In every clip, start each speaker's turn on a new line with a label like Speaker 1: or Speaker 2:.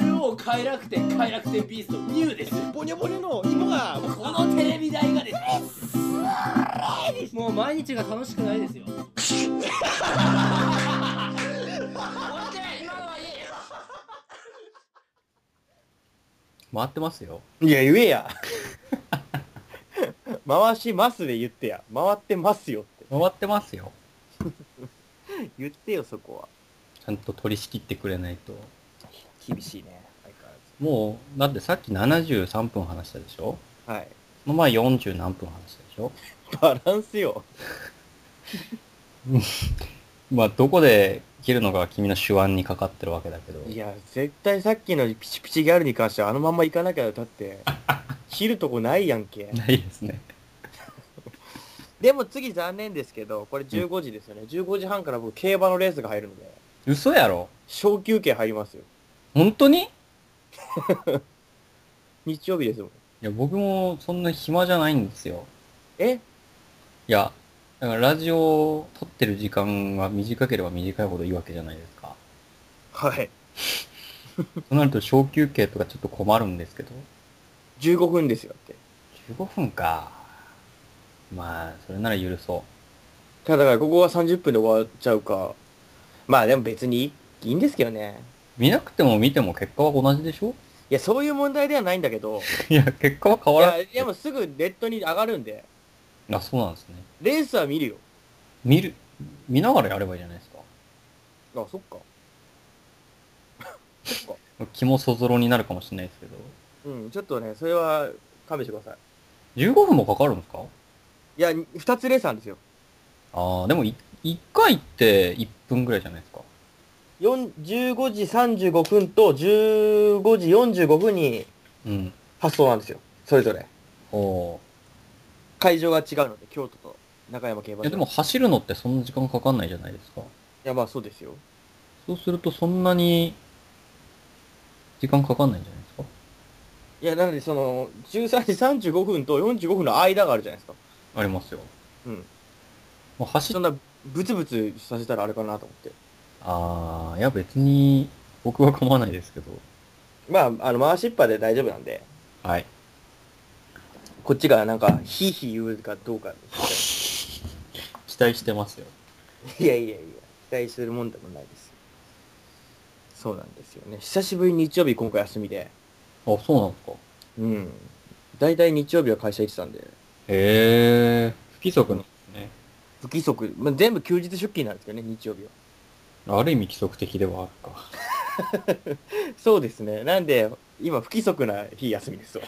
Speaker 1: 超快楽天快楽天ビーストニューです
Speaker 2: ボニョボニョの芋が
Speaker 1: このテレビ台がですねもう毎日が楽しくないですよ
Speaker 3: 回ってますよ。
Speaker 2: いや言えや 回しますで言ってや回ってますよっ
Speaker 3: 回ってますよ。
Speaker 2: て言ってよそこは
Speaker 3: ちゃんと取り仕切ってくれないと。
Speaker 2: 厳しいね相変わ
Speaker 3: もう、だってさっき73分話したでしょ
Speaker 2: らずはい
Speaker 3: その前40何分話したでしょ
Speaker 2: バランスよ
Speaker 3: まあ、どこで切るのが君の手腕にかかってるわけだけど。
Speaker 2: いや絶対さっきのピチピチギャルに関してはあのまんま行かなきゃだって切るとこないやんけ
Speaker 3: ないですね。
Speaker 2: でも次残念ですけどこれ15時ですよね、15時半から僕競馬のレースが入るので
Speaker 3: 嘘やろ
Speaker 2: 小休憩入りますよ
Speaker 3: 本当にい
Speaker 2: 日曜日ですもん
Speaker 3: や、僕もそんな暇じゃないんですよ。
Speaker 2: え
Speaker 3: いや、だからラジオを撮ってる時間が短ければ短いほどいいわけじゃないですか。
Speaker 2: はい
Speaker 3: となると小休憩とかちょっと困るんですけど。
Speaker 2: 15分ですよって
Speaker 3: 15分か。まあ、それなら許そ
Speaker 2: ただからここは30分で終わっちゃうかまあでも別にいいいいんですけどね
Speaker 3: う。見なくても見ても結果は同じでしょ
Speaker 2: いやそういう問題ではないんだけど
Speaker 3: いや、結果は変
Speaker 2: い
Speaker 3: わらな
Speaker 2: や
Speaker 3: い。
Speaker 2: でもすぐネットに上がるんで
Speaker 3: あ、そうなんですね。
Speaker 2: レースは見るよ
Speaker 3: 見る、見ながらやればいいじゃないですか。
Speaker 2: あそっかそっか
Speaker 3: 気も そぞろになるかもしれないですけど。
Speaker 2: うん、ちょっとね、それは勘弁してください。
Speaker 3: 15分もかかるんですか
Speaker 2: いや、に二つレースなんですよ。
Speaker 3: ああ、でもい1回って1分ぐらいじゃないですか。
Speaker 2: 四15時35分と15時45分に
Speaker 3: うん。
Speaker 2: 発送なんですよ。それぞれ。
Speaker 3: おお
Speaker 2: 会場が違うので、京都と中山競馬場。
Speaker 3: ー。いや、でも、走るのってそんな時間かかんないじゃないです
Speaker 2: い
Speaker 3: か。
Speaker 2: や、まあそうですよ。
Speaker 3: そうするとそんなに時間かかんないんじゃないですか。
Speaker 2: いや、なので、その、13時35分と45分の間があるじゃないですか。
Speaker 3: ありますよ。
Speaker 2: うん。
Speaker 3: まあ、走
Speaker 2: そ
Speaker 3: っ
Speaker 2: んな、ブツブツさせたらあれかなと思って。
Speaker 3: ああ、いや別に僕は構わないですけど。
Speaker 2: まあ、あの、回しっぱで大丈夫なんで、
Speaker 3: はい。
Speaker 2: こっちがなんか、ヒーヒー言うかどうか。
Speaker 3: 期待してますよ。
Speaker 2: いやいやいや、期待するもんでもないですよ。そうなんですよね。久しぶりに日曜日今回休みで。
Speaker 3: あ、そうなんですか。
Speaker 2: うん。大体日曜日は会社行ってたんで、
Speaker 3: へえ、不規則なんですね。
Speaker 2: 不規則、まあ、全部休日出勤なんですよね、日曜日は。
Speaker 3: ある意味規則的ではあるか。
Speaker 2: そうですね。なんで、今不規則な日休み ですわ。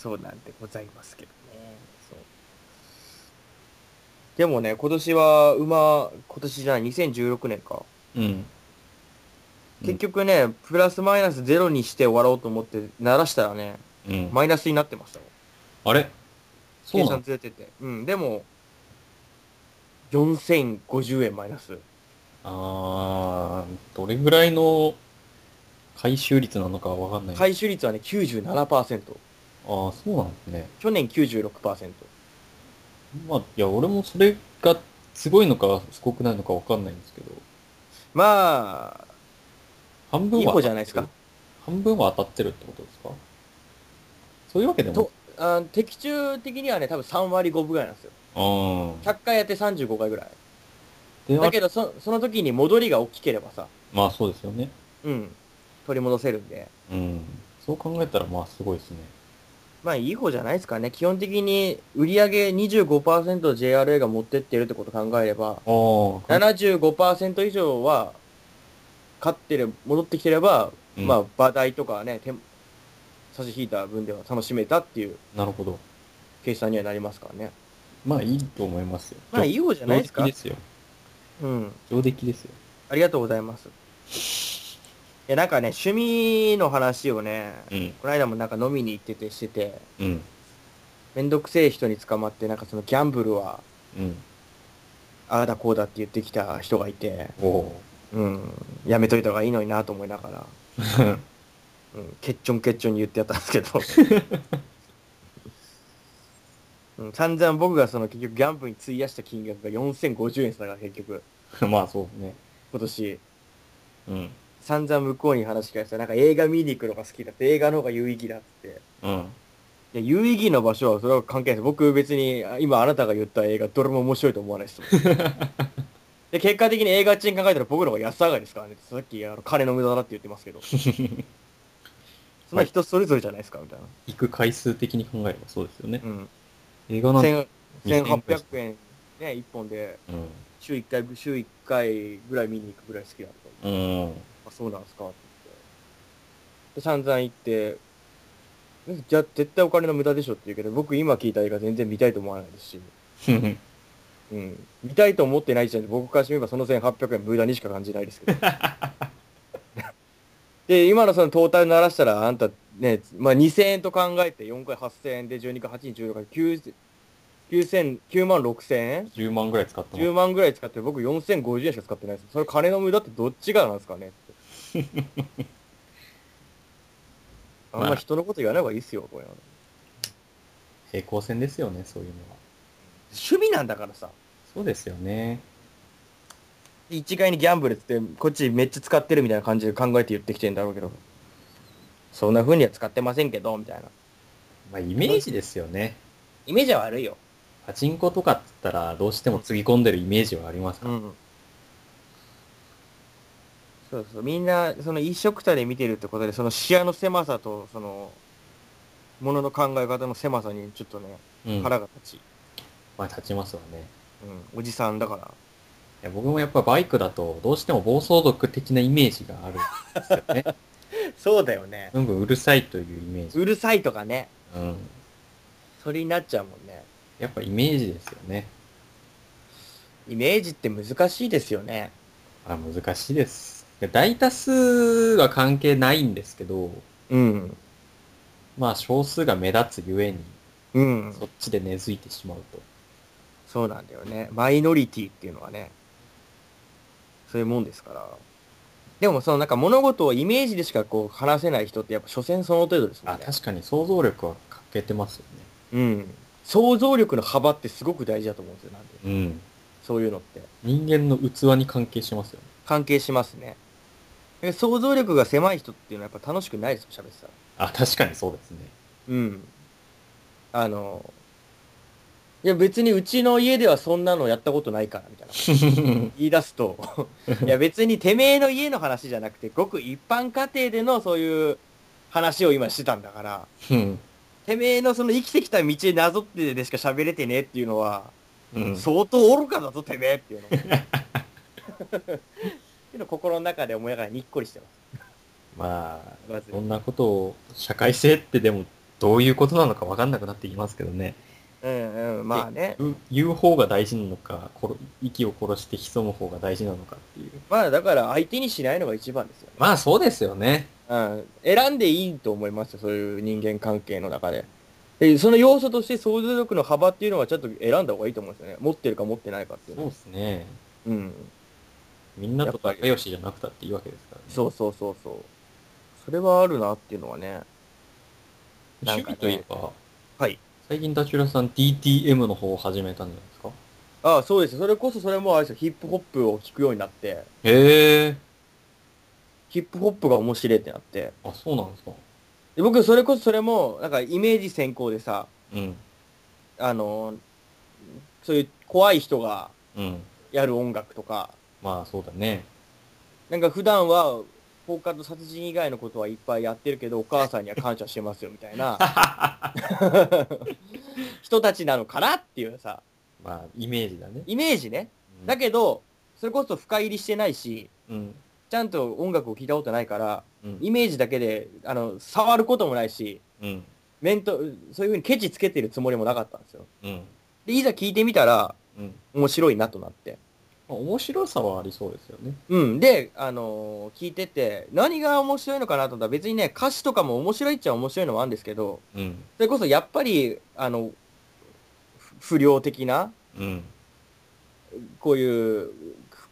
Speaker 2: そうなんでございますけどね。そうでもね、今年は馬、今年じゃない、2016年か。
Speaker 3: うん。
Speaker 2: 結局ね、プラスマイナスゼロにして終わろうと思って鳴らしたらね、
Speaker 3: うん。
Speaker 2: マイナスになってましたよ。
Speaker 3: あれそう
Speaker 2: 計
Speaker 3: な
Speaker 2: 算
Speaker 3: ん
Speaker 2: ずれてて。うん、でも、4050円マイナス。
Speaker 3: あー、どれぐらいの回収率なのかわかんない。あ
Speaker 2: 回収率はね、97%。
Speaker 3: あー、そうなんですね。
Speaker 2: 去年96%。
Speaker 3: まあ、いや、俺もそれがすごいのか、すごくないのかわかんないんですけど、
Speaker 2: まあ、
Speaker 3: 半分
Speaker 2: いい
Speaker 3: は
Speaker 2: 方じゃないですか。
Speaker 3: 半分は当たってるってことですかそういうわけでも
Speaker 2: とあー的中的にはね、多分3割5分ぐらいなんですよ。
Speaker 3: ああ。
Speaker 2: 100回やって35回ぐらい。
Speaker 3: で
Speaker 2: だ
Speaker 3: あ
Speaker 2: けどそ、その時に戻りが大きければさ、
Speaker 3: まあそうですよね。
Speaker 2: うん、取り戻せるんで。
Speaker 3: うん。そう考えたら、まあすごいですね。
Speaker 2: まあいい方じゃないですかね。基本的に売り上げ 25%JRA が持ってってるってこと考えれば、
Speaker 3: ああ。
Speaker 2: 75%以上は勝ってれ戻ってきてれば、
Speaker 3: うん
Speaker 2: まあ馬代とかね手差し引いた分では楽しめたっていう
Speaker 3: なるほど。
Speaker 2: 計算にはなりますからね
Speaker 3: まあいいと思いますよ。
Speaker 2: まあいい方じゃないですか
Speaker 3: 上出来ですよ。
Speaker 2: うん
Speaker 3: 上出来ですよ。
Speaker 2: ありがとうございますいやなんかね趣味の話をね、
Speaker 3: うん。
Speaker 2: この間もなんか飲みに行っててしてて
Speaker 3: うん。
Speaker 2: めんどくせえ人に捕まってなんかそのギャンブルは
Speaker 3: うん。
Speaker 2: ああだこうだって言ってきた人がいて
Speaker 3: おお。
Speaker 2: うんやめといた方がいいのになと思いながらうん、ケッチョンケッチョンに言ってやったんですけど、うん、散々僕がその結局ギャンブルに費やした金額が4050円でしたから結局
Speaker 3: まあそうね。
Speaker 2: 今年
Speaker 3: うん。
Speaker 2: 散々向こうに話聞かせたら、なんか映画見に行くのが好きだって、映画の方が有意義だって。
Speaker 3: うん。
Speaker 2: いや、有意義な場所はそれは関係ないです。僕別に、あ今あなたが言った映画、どれも面白いと思わないですも ん。で、結果的に映画賃考えたら僕の方が安上がりですからね。さっき、あの、金の無駄だって言ってますけど。そんな人それぞれじゃないですか、みたいな。
Speaker 3: 行く回数的に考えればそうですよね。
Speaker 2: うん。
Speaker 3: 映画なんて、
Speaker 2: 千1800円、ね、1本で、
Speaker 3: うん。
Speaker 2: 週1回、週一回ぐらい見に行くぐらい好きだと。
Speaker 3: うん。
Speaker 2: あ、そうなんですかって言って。で、散々行って、えじゃあ絶対お金の無駄でしょって言うけど、僕今聞いた映画全然見たいと思わないですし、 うん。見たいと思ってない時点で僕からしてみればその1800円無駄にしか感じないですけど。で、今のそのトータル鳴らしたら、あんたね、まあ、2000円と考えて4回8000円で12回8人16回9、9000、9万6000円
Speaker 3: 10万ぐらい使った
Speaker 2: 10万ぐらい使って僕4050円しか使ってないです。それ金の無駄ってどっちがなんですかねって あんま人のこと言わない方がいいっすよ、これ。
Speaker 3: 平行線ですよね、そういうのは。
Speaker 2: 趣味なんだからさ。
Speaker 3: そうですよね。
Speaker 2: 一概にギャンブルっつって、こっちめっちゃ使ってるみたいな感じで考えて言ってきてんだろうけど。そんな風には使ってませんけど、みたいな。
Speaker 3: まあ、イメージですよね。
Speaker 2: イメージは悪いよ。
Speaker 3: パチンコとかって言ったら、どうしてもつぎ込んでるイメージはありますから。
Speaker 2: ん。そうそう。みんな、その一色たで見てるってことで、その視野の狭さと、その、ものの考え方の狭さにちょっとね、
Speaker 3: うん。
Speaker 2: 腹が立ち、
Speaker 3: まあ、立ちますわね。
Speaker 2: うん、おじさんだから
Speaker 3: いや僕もやっぱバイクだと、どうしても暴走族的なイメージがあるんですよね。
Speaker 2: そうだよね
Speaker 3: うんうるさいというイメージ。
Speaker 2: うるさいとかね
Speaker 3: うん。
Speaker 2: それになっちゃうもんね
Speaker 3: やっぱイメージですよね。
Speaker 2: イメージって難しいですよね
Speaker 3: あ難しいです。大多数は関係ないんですけど、
Speaker 2: うん
Speaker 3: まあ少数が目立つゆえに、
Speaker 2: うん
Speaker 3: そっちで根付いてしまうと。
Speaker 2: そうなんだよねマイノリティっていうのはねそういうもんですからでもそのなんか物事をイメージでしかこう話せない人ってやっぱ所詮その程度ですも
Speaker 3: あ、
Speaker 2: んね
Speaker 3: 確かに想像力は欠けてますよ
Speaker 2: うん想像力の幅ってすごく大事だと思うんですよなんで
Speaker 3: ね。うん。
Speaker 2: そういうのって
Speaker 3: 人間の器に関係しますよね。
Speaker 2: 関係しますねで想像力が狭い人っていうのはやっぱ楽しくないですよ喋ってたら
Speaker 3: あ、確かにそうですね。
Speaker 2: うん。あの、いや別にうちの家ではそんなのやったことないから、みたいな。 言い出すと、いや別にてめえの家の話じゃなくて、ごく一般家庭でのそういう話を今してたんだから、
Speaker 3: うん。
Speaker 2: てめえのその生きてきた道なぞってでしか喋れてねえっていうのは、
Speaker 3: うん。
Speaker 2: 相当愚かだぞ、てめえっていう の。っていうのを心の中で思いながらにっこりしてます。
Speaker 3: まあ、
Speaker 2: まず
Speaker 3: そんなことを、社会性ってでも、どういうことなのか分かんなくなってきますけどね。
Speaker 2: うんうん、まあね。
Speaker 3: 言う言う方が大事なのか、殺息を殺して潜む方が大事なのかっていう。
Speaker 2: まあだから相手にしないのが一番ですよね。
Speaker 3: まあそうですよね。
Speaker 2: うん、選んでいいと思いますよ、そういう人間関係の中で。でその要素として想像力の幅っていうのはちょっと選んだ方がいいと思うんですよね。持ってるか持ってないかっていう
Speaker 3: そ
Speaker 2: の
Speaker 3: う
Speaker 2: は。
Speaker 3: ですね。
Speaker 2: うん。
Speaker 3: みんなと仲良しじゃなくたっていいわけですからね。
Speaker 2: そうそうそうそう。それはあるなっていうのはね。なん
Speaker 3: 趣
Speaker 2: か
Speaker 3: 味
Speaker 2: ね
Speaker 3: といえば、
Speaker 2: はい。
Speaker 3: 最近田中さん DTM の方を始めたんじゃないですか
Speaker 2: ああ、そうです。それこそそれもあれですよ、ヒップホップを聴くようになって、
Speaker 3: へえ。
Speaker 2: ヒップホップが面白いってなって。
Speaker 3: あ、そうなんですか。
Speaker 2: で僕、それこそそれも、なんかイメージ先行でさ、
Speaker 3: うん。
Speaker 2: あの、そういう怖い人が
Speaker 3: うん。
Speaker 2: やる音楽とか、
Speaker 3: まあそうだね。
Speaker 2: なんか普段は、放火と殺人以外のことはいっぱいやってるけど、お母さんには感謝してますよ、みたいな。人たちなのかなっていうさ、
Speaker 3: まあイメージだね。
Speaker 2: イメージね。
Speaker 3: うん
Speaker 2: だけど、それこそ深入りしてないし、
Speaker 3: うん。
Speaker 2: ちゃんと音楽を聴いたことないから、
Speaker 3: うん。
Speaker 2: イメージだけで、あの、触ることもないし、
Speaker 3: うん。
Speaker 2: 面と、そういうふうにケチつけてるつもりもなかったんですよ。
Speaker 3: うん。
Speaker 2: で、いざ聞いてみたら、
Speaker 3: うん。
Speaker 2: 面白いなとなって。
Speaker 3: まあ面白さはありそうですよね。
Speaker 2: うん。で、あのー聞いてて、何が面白いのかなと思ったら、別にね、歌詞とかも面白いっちゃ面白いのもあるんですけど、
Speaker 3: うん。
Speaker 2: それこそやっぱり、あの、ふ不良的な、
Speaker 3: うん。
Speaker 2: こういう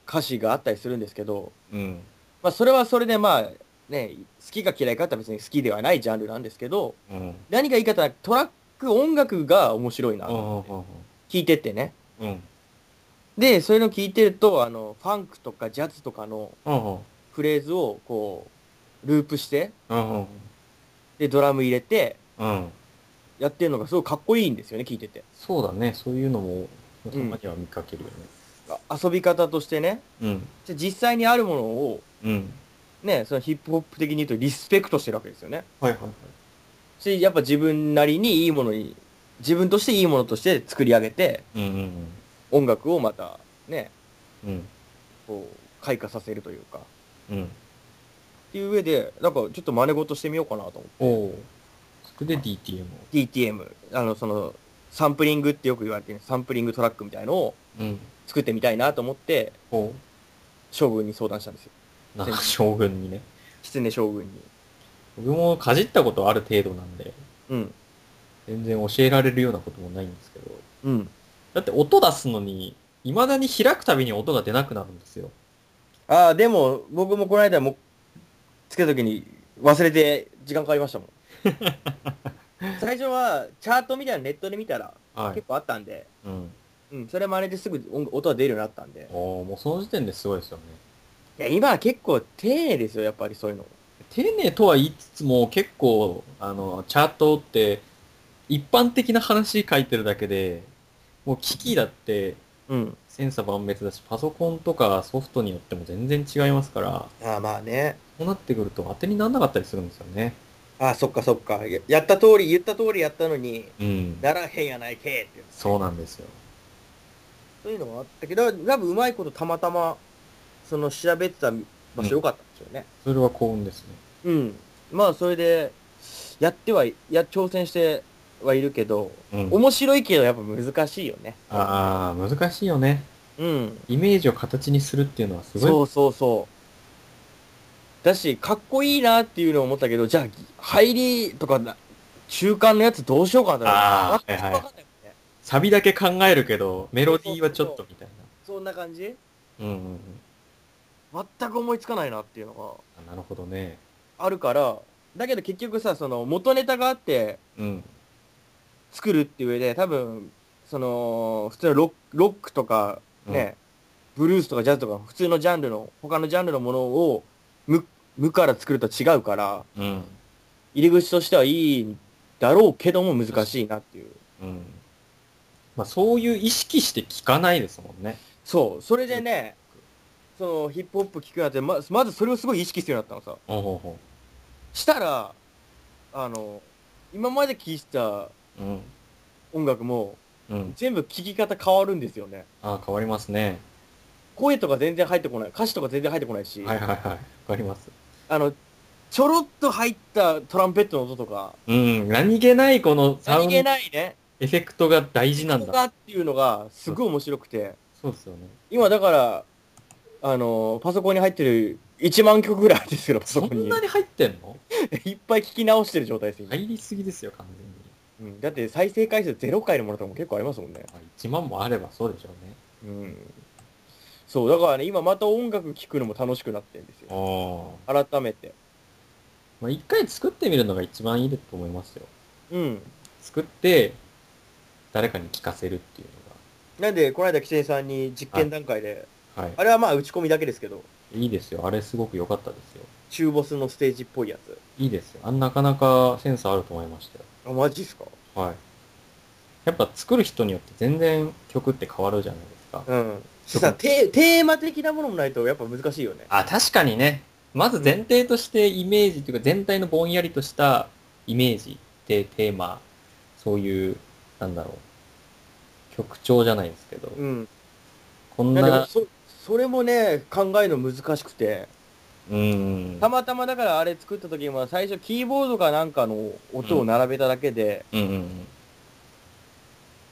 Speaker 2: 歌詞があったりするんですけど、
Speaker 3: うん。
Speaker 2: まあそれはそれでまあ、ね、好きか嫌いかって別に好きではないジャンルなんですけど、
Speaker 3: うん。
Speaker 2: 何がいいかって言ったらトラック、音楽が面白いな、聴いてってね。
Speaker 3: うん。うん。
Speaker 2: で、そういうの聞いてると、あの、ファンクとかジャズとかの
Speaker 3: うん。
Speaker 2: フレーズをこループして、
Speaker 3: うん。
Speaker 2: で、ドラム入れて、
Speaker 3: うん。
Speaker 2: やってるのがすごいかっこいいんですよね、聞いてて。
Speaker 3: そうだね。そういうのも、たまには見かけるよね。
Speaker 2: あ遊び方としてね、
Speaker 3: うん。
Speaker 2: じゃあ実際にあるものを、
Speaker 3: うん。
Speaker 2: ね、そのヒップホップ的に言うとリスペクトしてるわけですよね。
Speaker 3: はいはいはい。
Speaker 2: し、やっぱ自分なりにいいものに、自分としていいものとして作り上げて、
Speaker 3: うん
Speaker 2: 音楽をまた、ね、
Speaker 3: うんうん。
Speaker 2: こう、開花させるというか。っ
Speaker 3: うん。うん。
Speaker 2: ていう上で、なんかちょっと真似事してみようかなと思って。
Speaker 3: おお。それで DTM を。
Speaker 2: DTM、あの、その、サンプリングってよく言われてるサンプリングトラックみたいのを
Speaker 3: うん。
Speaker 2: 作ってみたいなと思って、
Speaker 3: おお。
Speaker 2: 将軍に相談したんですよ。
Speaker 3: なんか将軍にね。
Speaker 2: 狐将軍に。
Speaker 3: 僕もかじったことある程度なんで、
Speaker 2: うん。
Speaker 3: 全然教えられるようなこともないんですけど。
Speaker 2: うん。
Speaker 3: だって音出すのに、未だに開くたびに音が出なくなるんですよ。
Speaker 2: ああ、でも、僕もこの間も、つけた時に忘れて時間かかりました もん。最初は、チャートみたいなのネットで見たら、
Speaker 3: は
Speaker 2: 結。構あったんで、
Speaker 3: うん。
Speaker 2: うん、それ真似てすぐ音音が出るようになったんで。
Speaker 3: おお、もうその時点ですごいですよね。
Speaker 2: いや、今は結構丁寧ですよ、やっぱりそういうの。
Speaker 3: 丁寧とは言いつつも結構、あの、チャートって一般的な話書いてるだけで、もう機器だって
Speaker 2: うん。
Speaker 3: 千差万別だし、パソコンとかソフトによっても全然違いますから、
Speaker 2: ああ、まあね。
Speaker 3: こうなってくると当てにならなかったりするんですよね。
Speaker 2: ああ、そっかそっか。ややった通り、言った通りやったのに、
Speaker 3: うん。
Speaker 2: ならへんやないけっていう。
Speaker 3: そうなんですよ。
Speaker 2: そういうのもあったけど、多分うまいことたまたま、その調べてた場所良かったんですよね。
Speaker 3: それは幸運ですね。
Speaker 2: うん。まあ、それで、やってはい、や、挑戦してはいるけど、
Speaker 3: うん
Speaker 2: 面白いけどやっぱ難しいよね。
Speaker 3: ああ、難しいよね。
Speaker 2: うん。
Speaker 3: イメージを形にするっていうのはすごい。
Speaker 2: そうそうそう。だし、かっこいいなっていうのを思ったけど、じゃあ、入りとかな、中間のやつどうしようかな
Speaker 3: あー
Speaker 2: 全く
Speaker 3: はいはい
Speaker 2: わかんないもんね
Speaker 3: サビだけ考えるけど、メロディーはちょっとみたい
Speaker 2: そんな感じ
Speaker 3: な。うんうんうん。
Speaker 2: 全く思いつかないなっていうの
Speaker 3: あなるほどね。
Speaker 2: があるから、だけど結局さ、その元ネタがあって
Speaker 3: うん。
Speaker 2: 作るっていう上で、多分、その、普通のロックロックとか、ね、ブルースとかジャズとか、普通のジャンルの、他のジャンルのものを無、無から作ると違うから、
Speaker 3: うん。
Speaker 2: 入り口としてはいいんだろうけども難しいなっていう。
Speaker 3: うん。まあそういう意識して聞かないですもんね。
Speaker 2: そう、それでね、そのヒップホップ聴くようになって、ままずそれをすごい意識するようになったのさ。
Speaker 3: ほうほうほ
Speaker 2: したら、あの、今まで聴いてた
Speaker 3: う。うん。
Speaker 2: 音楽も
Speaker 3: うん。
Speaker 2: 全部聴き方変わるんですよね。
Speaker 3: ああ、変わりますね。
Speaker 2: 声とか全然入ってこない、歌詞とか全然入ってこないし、
Speaker 3: はいはいはい。わかります。
Speaker 2: あの、ちょろっと入ったトランペットの音とか、
Speaker 3: うん。何気ないこのサウ
Speaker 2: 何
Speaker 3: ンド
Speaker 2: 気
Speaker 3: エ
Speaker 2: ないね、
Speaker 3: フェクトが大事なん
Speaker 2: とか
Speaker 3: だ。
Speaker 2: っていうのがすごい面白くて、
Speaker 3: そうですよね。
Speaker 2: 今だから、あの、パソコンに入ってる1万曲ぐらいあるんですけど、パソ
Speaker 3: そ
Speaker 2: コン
Speaker 3: ん
Speaker 2: に。
Speaker 3: なに入ってんの
Speaker 2: いっぱい聞き直してる状態です、今。
Speaker 3: 入りすぎですよ、完全に。
Speaker 2: うん、だって再生回数0回のものとかも結構ありますもんね。
Speaker 3: まあ1万もあればそうでしょうね。
Speaker 2: うん。そう、だからね、今また音楽聴くのも楽しくなってるんですよ。
Speaker 3: ああ。
Speaker 2: 改めて。
Speaker 3: まあ、一回作ってみるのが一番いいと思いますよ。
Speaker 2: うん。
Speaker 3: 作って、誰かに聞かせるっていう
Speaker 2: なんで、この間、キセさんに実験段階で、
Speaker 3: のが。は
Speaker 2: あれはまあ打ち込みだけですけど、
Speaker 3: い。いいですよ。あれすごく良かったですよ。
Speaker 2: 中ボスのステージっぽいやつ。
Speaker 3: いいですよ。あんなかなかセンスあると思いましたよ。
Speaker 2: あ、マジっすか
Speaker 3: はい。やっぱ作る人によって全然曲って変わるじゃないですか。
Speaker 2: うん。
Speaker 3: そう
Speaker 2: さ、テテーマ的なものもないとやっぱ難しいよね。
Speaker 3: あ、確かにね。まず前提としてイメージというか全体のぼんやりとしたイメージでテーマ、そういう、なんだろう。曲調じゃないですけど、
Speaker 2: うん。
Speaker 3: こん
Speaker 2: なんで
Speaker 3: な、
Speaker 2: そ、それもね、考えるの難しくて、
Speaker 3: うん。
Speaker 2: たまたまだからあれ作った時も最初キーボードかなんかの音を並べただけで、
Speaker 3: うんうん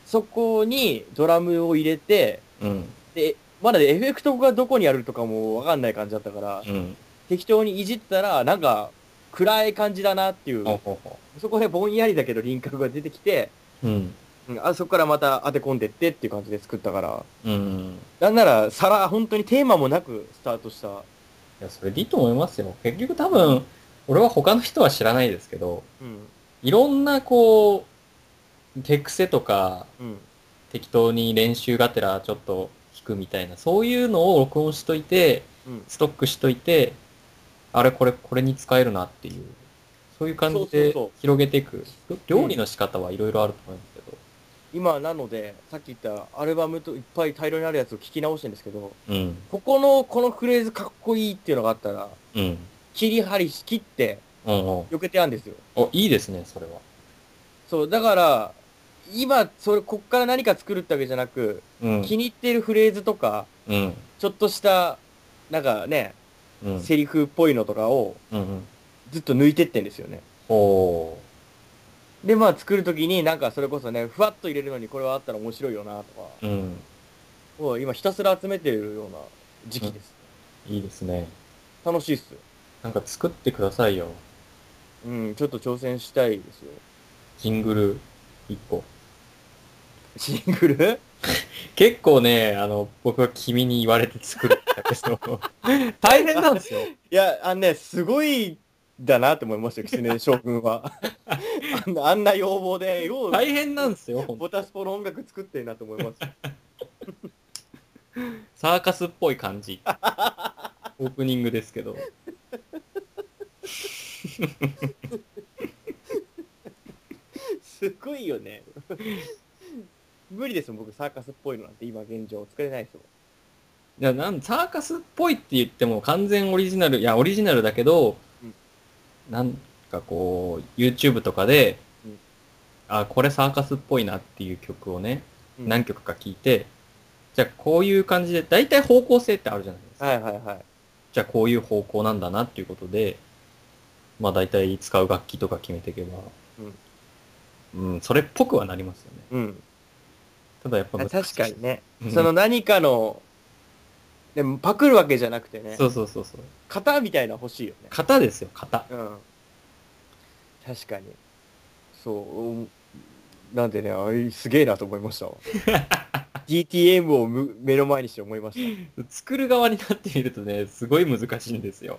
Speaker 2: そこにドラムを入れて、
Speaker 3: うん。うん。
Speaker 2: で、まだエフェクトがどこにあるとかもわかんない感じだったから、
Speaker 3: うん。
Speaker 2: 適当にいじったら、なんか、暗い感じだなってい
Speaker 3: ほう
Speaker 2: う、
Speaker 3: ほうほ
Speaker 2: そこでぼんやりだけど輪郭が出てきて、
Speaker 3: う。うん。
Speaker 2: うんあそこからまた当て込んでってっていう感じで作ったから、
Speaker 3: うん。い
Speaker 2: なんなら、さら、本当にテーマもなくスタートした。
Speaker 3: や、それでいいと思いますよ。結局多分、俺は他の人は知らないですけど、
Speaker 2: うん、
Speaker 3: いろんなこう、手癖とか、
Speaker 2: うん、
Speaker 3: 適当に練習がてらちょっと弾くみたいな、そういうのを録音しといて、
Speaker 2: うん、
Speaker 3: ストックしといて、あれこれこれに使えるなっていうそういう感じで
Speaker 2: そうそうそう
Speaker 3: 広げていく料理の仕方はいろいろあると思うんですけど
Speaker 2: 今なので、さっき言ったアルバムといっぱい大量にあるやつを聞き直してるんですけど、
Speaker 3: うん
Speaker 2: ここの、このフレーズかっこいいっていうのがあったら、
Speaker 3: うん
Speaker 2: 切り張りしきって、
Speaker 3: うんうん
Speaker 2: 避けてあるんですよ。
Speaker 3: おいいですねそれは
Speaker 2: そう、だから、今、それ、こっから何か作るってわけじゃなく、
Speaker 3: うん
Speaker 2: 気に入ってるフレーズとか、
Speaker 3: うん
Speaker 2: ちょっとした、なんかね、
Speaker 3: うん
Speaker 2: セリフっぽいのとかを
Speaker 3: うんうん
Speaker 2: ずっと抜いてってんですよね。
Speaker 3: おお
Speaker 2: で、まあ作るときになんかそれこそね、ふわっと入れるのにこれはあったら面白いよなとか、
Speaker 3: ーうん
Speaker 2: を今ひたすら集めてるような時期です。
Speaker 3: いいですね
Speaker 2: 楽しいっすよ。
Speaker 3: なんか作ってくださいよ
Speaker 2: うん、ちょっと挑戦したいですよ。
Speaker 3: ジングル1個
Speaker 2: シングル
Speaker 3: 結構ねあの僕は君に言われて作ったけ ど大変なんですよ
Speaker 2: いや、あのね、すごいだなって思いましたよ、キツネ将軍 は。あんなあんな要望で、よう、
Speaker 3: 大変なんですよ本当
Speaker 2: ボタスポの音楽作ってるなと思います。
Speaker 3: サーカスっぽい感じ。オープニングですけど。
Speaker 2: すごいよね。無理ですもん、僕、サーカスっぽいのなんて今現状作れないですもん。
Speaker 3: いやなんサーカスっぽいって言っても完全オリジナル、いや、オリジナルだけど、
Speaker 2: うん
Speaker 3: なんかこう、YouTube とかで、
Speaker 2: うん
Speaker 3: あ、これサーカスっぽいなっていう曲をね、
Speaker 2: うん
Speaker 3: 何曲か聴いて、じゃあこういう感じで、大体方向性ってあるじゃないですか。
Speaker 2: はいはいはい。
Speaker 3: じゃあこういう方向なんだなっていうことで、まあ大体使う楽器とか決めていけば、うん、それっぽくはなりますよね。
Speaker 2: うん。
Speaker 3: ただやっぱ難しい
Speaker 2: 確かにね。
Speaker 3: うん
Speaker 2: その何かの、でもパクるわけじゃなくてね
Speaker 3: そ、うそうそうそう。
Speaker 2: 型みたいなの欲しいよね。
Speaker 3: 型ですよ、型。
Speaker 2: うん。確かに。そううん。なんでね、あれすげえなと思いま したわ。DTM をむ目の前にして思いました。うん
Speaker 3: 作る側になってみるとね、すごい難しいんですよ。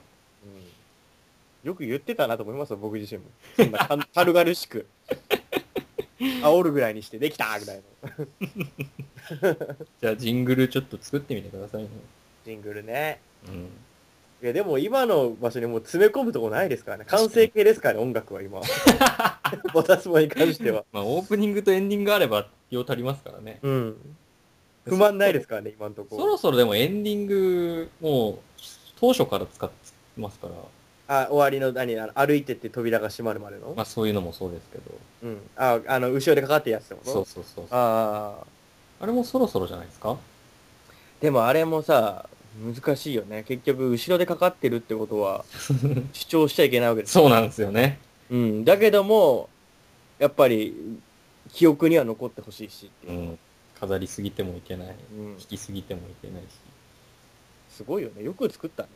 Speaker 2: よく言ってたなと思いますよ、僕自身も。そんなかん 軽々しく。煽るぐらいにして、できたぐらいの。
Speaker 3: じゃあ、ジングルちょっと作ってみてくださいね。
Speaker 2: ジングルね。
Speaker 3: うん。
Speaker 2: いや、でも今の場所にもう詰め込むとこないですからね。完成形ですからね、音楽は 今。ボタスモに関しては。
Speaker 3: まあ、オープニングとエンディングあれば、用足りますからね。
Speaker 2: うん。不満ないですからね、今のとこ
Speaker 3: そ
Speaker 2: ろ。
Speaker 3: ろそろでもエンディング、もう、当初から使ってますから、
Speaker 2: あ、終わりの、何、あの歩いてって扉が閉まるまでの、
Speaker 3: まあ、そういうのもそうですけど。
Speaker 2: うん。あ、あの、後ろでかかってるやつってこと
Speaker 3: そうそうそう。
Speaker 2: ああ。
Speaker 3: あれもそろそろじゃないですか
Speaker 2: でもあれもさ、難しいよね。結局、後ろでかかってるってことは、主張しちゃいけないわけです。
Speaker 3: そうなんですよね。
Speaker 2: うん。だけども、やっぱり、記憶には残ってほしいし。
Speaker 3: うん。飾りすぎてもいけない。
Speaker 2: うん
Speaker 3: 弾。きすぎてもいけないし。
Speaker 2: すごいよね。よく作ったね。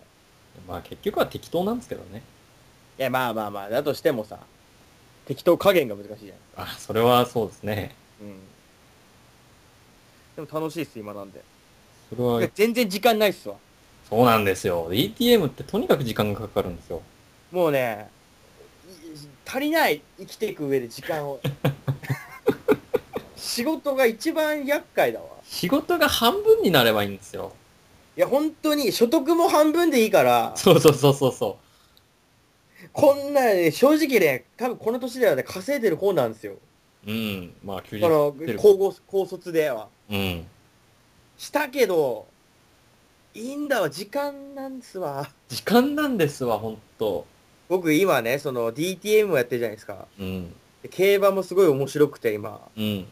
Speaker 3: まあ、結局は適当なんですけどね。
Speaker 2: いや、まあまあまあ、だとしてもさ、適当加減が難しいじゃん。
Speaker 3: あ、それはそうですね。
Speaker 2: うん。でも楽しいっす、今なんで。
Speaker 3: それは、
Speaker 2: 全然時間ないっすわ。
Speaker 3: そうなんですよ。DTM ってとにかく時間がかかるんですよ。
Speaker 2: もうね、い足りない、生きていく上で時間 を。仕事が一番厄介だわ。
Speaker 3: 仕事が半分になればいいんですよ。
Speaker 2: いや、本当に、所得も半分でいいから、
Speaker 3: そうそうそうそうそ
Speaker 2: こんな、ね、正直ね、多分この年ではね、稼いでる方なんですよ。
Speaker 3: う。うん。まあ、休日
Speaker 2: こ。の
Speaker 3: てる、
Speaker 2: 高校、高卒では。
Speaker 3: うん。
Speaker 2: したけど、いいんだわ、時間なんですわ。
Speaker 3: 時間なんですわ、ほんと。
Speaker 2: 僕今ね、その DTM をやってるじゃないですか。
Speaker 3: うん。
Speaker 2: で競馬もすごい面白くて今。
Speaker 3: うん。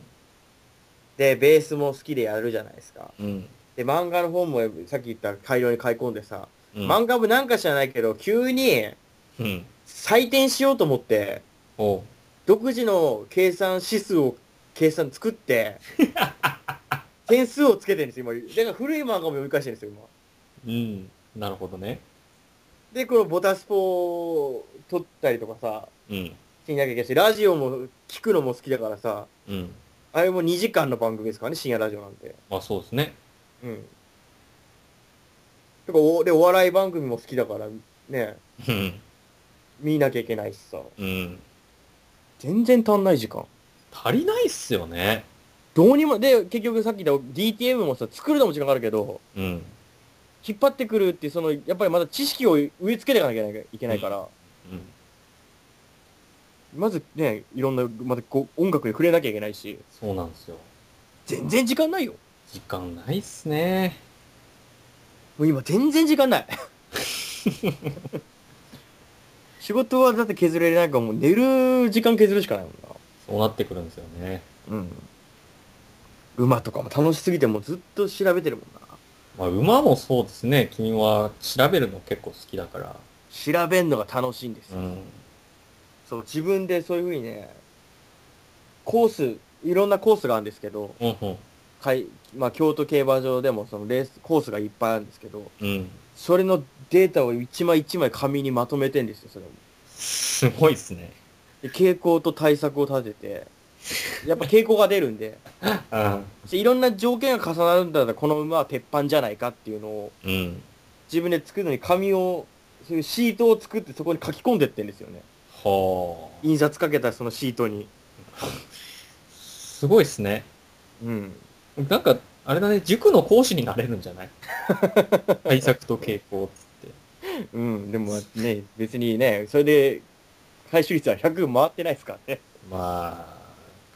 Speaker 2: で、ベースも好きでやるじゃないですか。
Speaker 3: うん。
Speaker 2: で、漫画の本もさっき言った大量に買い込んでさ、
Speaker 3: うん。
Speaker 2: 漫画部なんか知らないけど、急に
Speaker 3: うん。
Speaker 2: 採点しようと思って、
Speaker 3: おう
Speaker 2: 独自の計算指数を計算作 って、点数をつけてるんですよ、今。だから古い漫画も読み返してるんですよ、今。
Speaker 3: うん。なるほどね。
Speaker 2: で、このボタスポを撮ったりとかさ、
Speaker 3: うん。
Speaker 2: しなきゃいけないし、ラジオも聞くのも好きだからさ、
Speaker 3: うん。
Speaker 2: あれも2時間の番組ですからね、深夜ラジオなんて。
Speaker 3: まあ、そうですね。
Speaker 2: うん。とかお、で、お笑い番組も好きだから、ね、
Speaker 3: うん。
Speaker 2: 見なきゃいけないしさ。
Speaker 3: うん。
Speaker 2: 全然足んない時間。
Speaker 3: 足りないっすよね。
Speaker 2: どうにも、で、結局さっき言った DTM もさ、作るのも時間かかるけど、
Speaker 3: うん。
Speaker 2: 引っ張ってくるっていう、その、やっぱりまだ知識を植え付けていかなきゃいけないから、
Speaker 3: うん。
Speaker 2: まずね、いろんな、またこう音楽に触れなきゃいけないし、
Speaker 3: そうなんですよ。
Speaker 2: 全然時間ないよ。
Speaker 3: 時間ないっすね。
Speaker 2: もう今全然時間ない。仕事はだって削れないからもう寝る時間削るしかないもん
Speaker 3: そうなってくるんですよね。
Speaker 2: な。うん。馬とかも楽しすぎてもうずっと調べてるもんな。
Speaker 3: まあ、馬もそうですね。君は調べるの結構好きだから。
Speaker 2: 調べんのが楽しいんですよ。
Speaker 3: うん。
Speaker 2: そう、自分でそういうふうにね、コース、いろんなコースがあるんですけど、
Speaker 3: うんうん。
Speaker 2: かいまあ、京都競馬場でもそのレース、コースがいっぱいあるんですけど、
Speaker 3: うん。
Speaker 2: それのデータを一枚一枚紙にまとめてんですよ、それも。
Speaker 3: すごいっすね。
Speaker 2: で傾向と対策を立てて、やっぱ傾向が出るんで、
Speaker 3: うん。
Speaker 2: でいろんな条件が重なるんだったら、この馬は鉄板じゃないかっていうのを、
Speaker 3: うん。
Speaker 2: 自分で作るのに紙を、そういうシートを作ってそこに書き込んでってんですよね。
Speaker 3: はあ。
Speaker 2: 印刷かけたそのシートに。
Speaker 3: すごいっすね。
Speaker 2: うん。
Speaker 3: なんか、あれだね、塾の講師になれるんじ ゃない対策と傾向っつって。
Speaker 2: うん、でもね、別にね、それで、回収率は100回ってないですからね。
Speaker 3: ま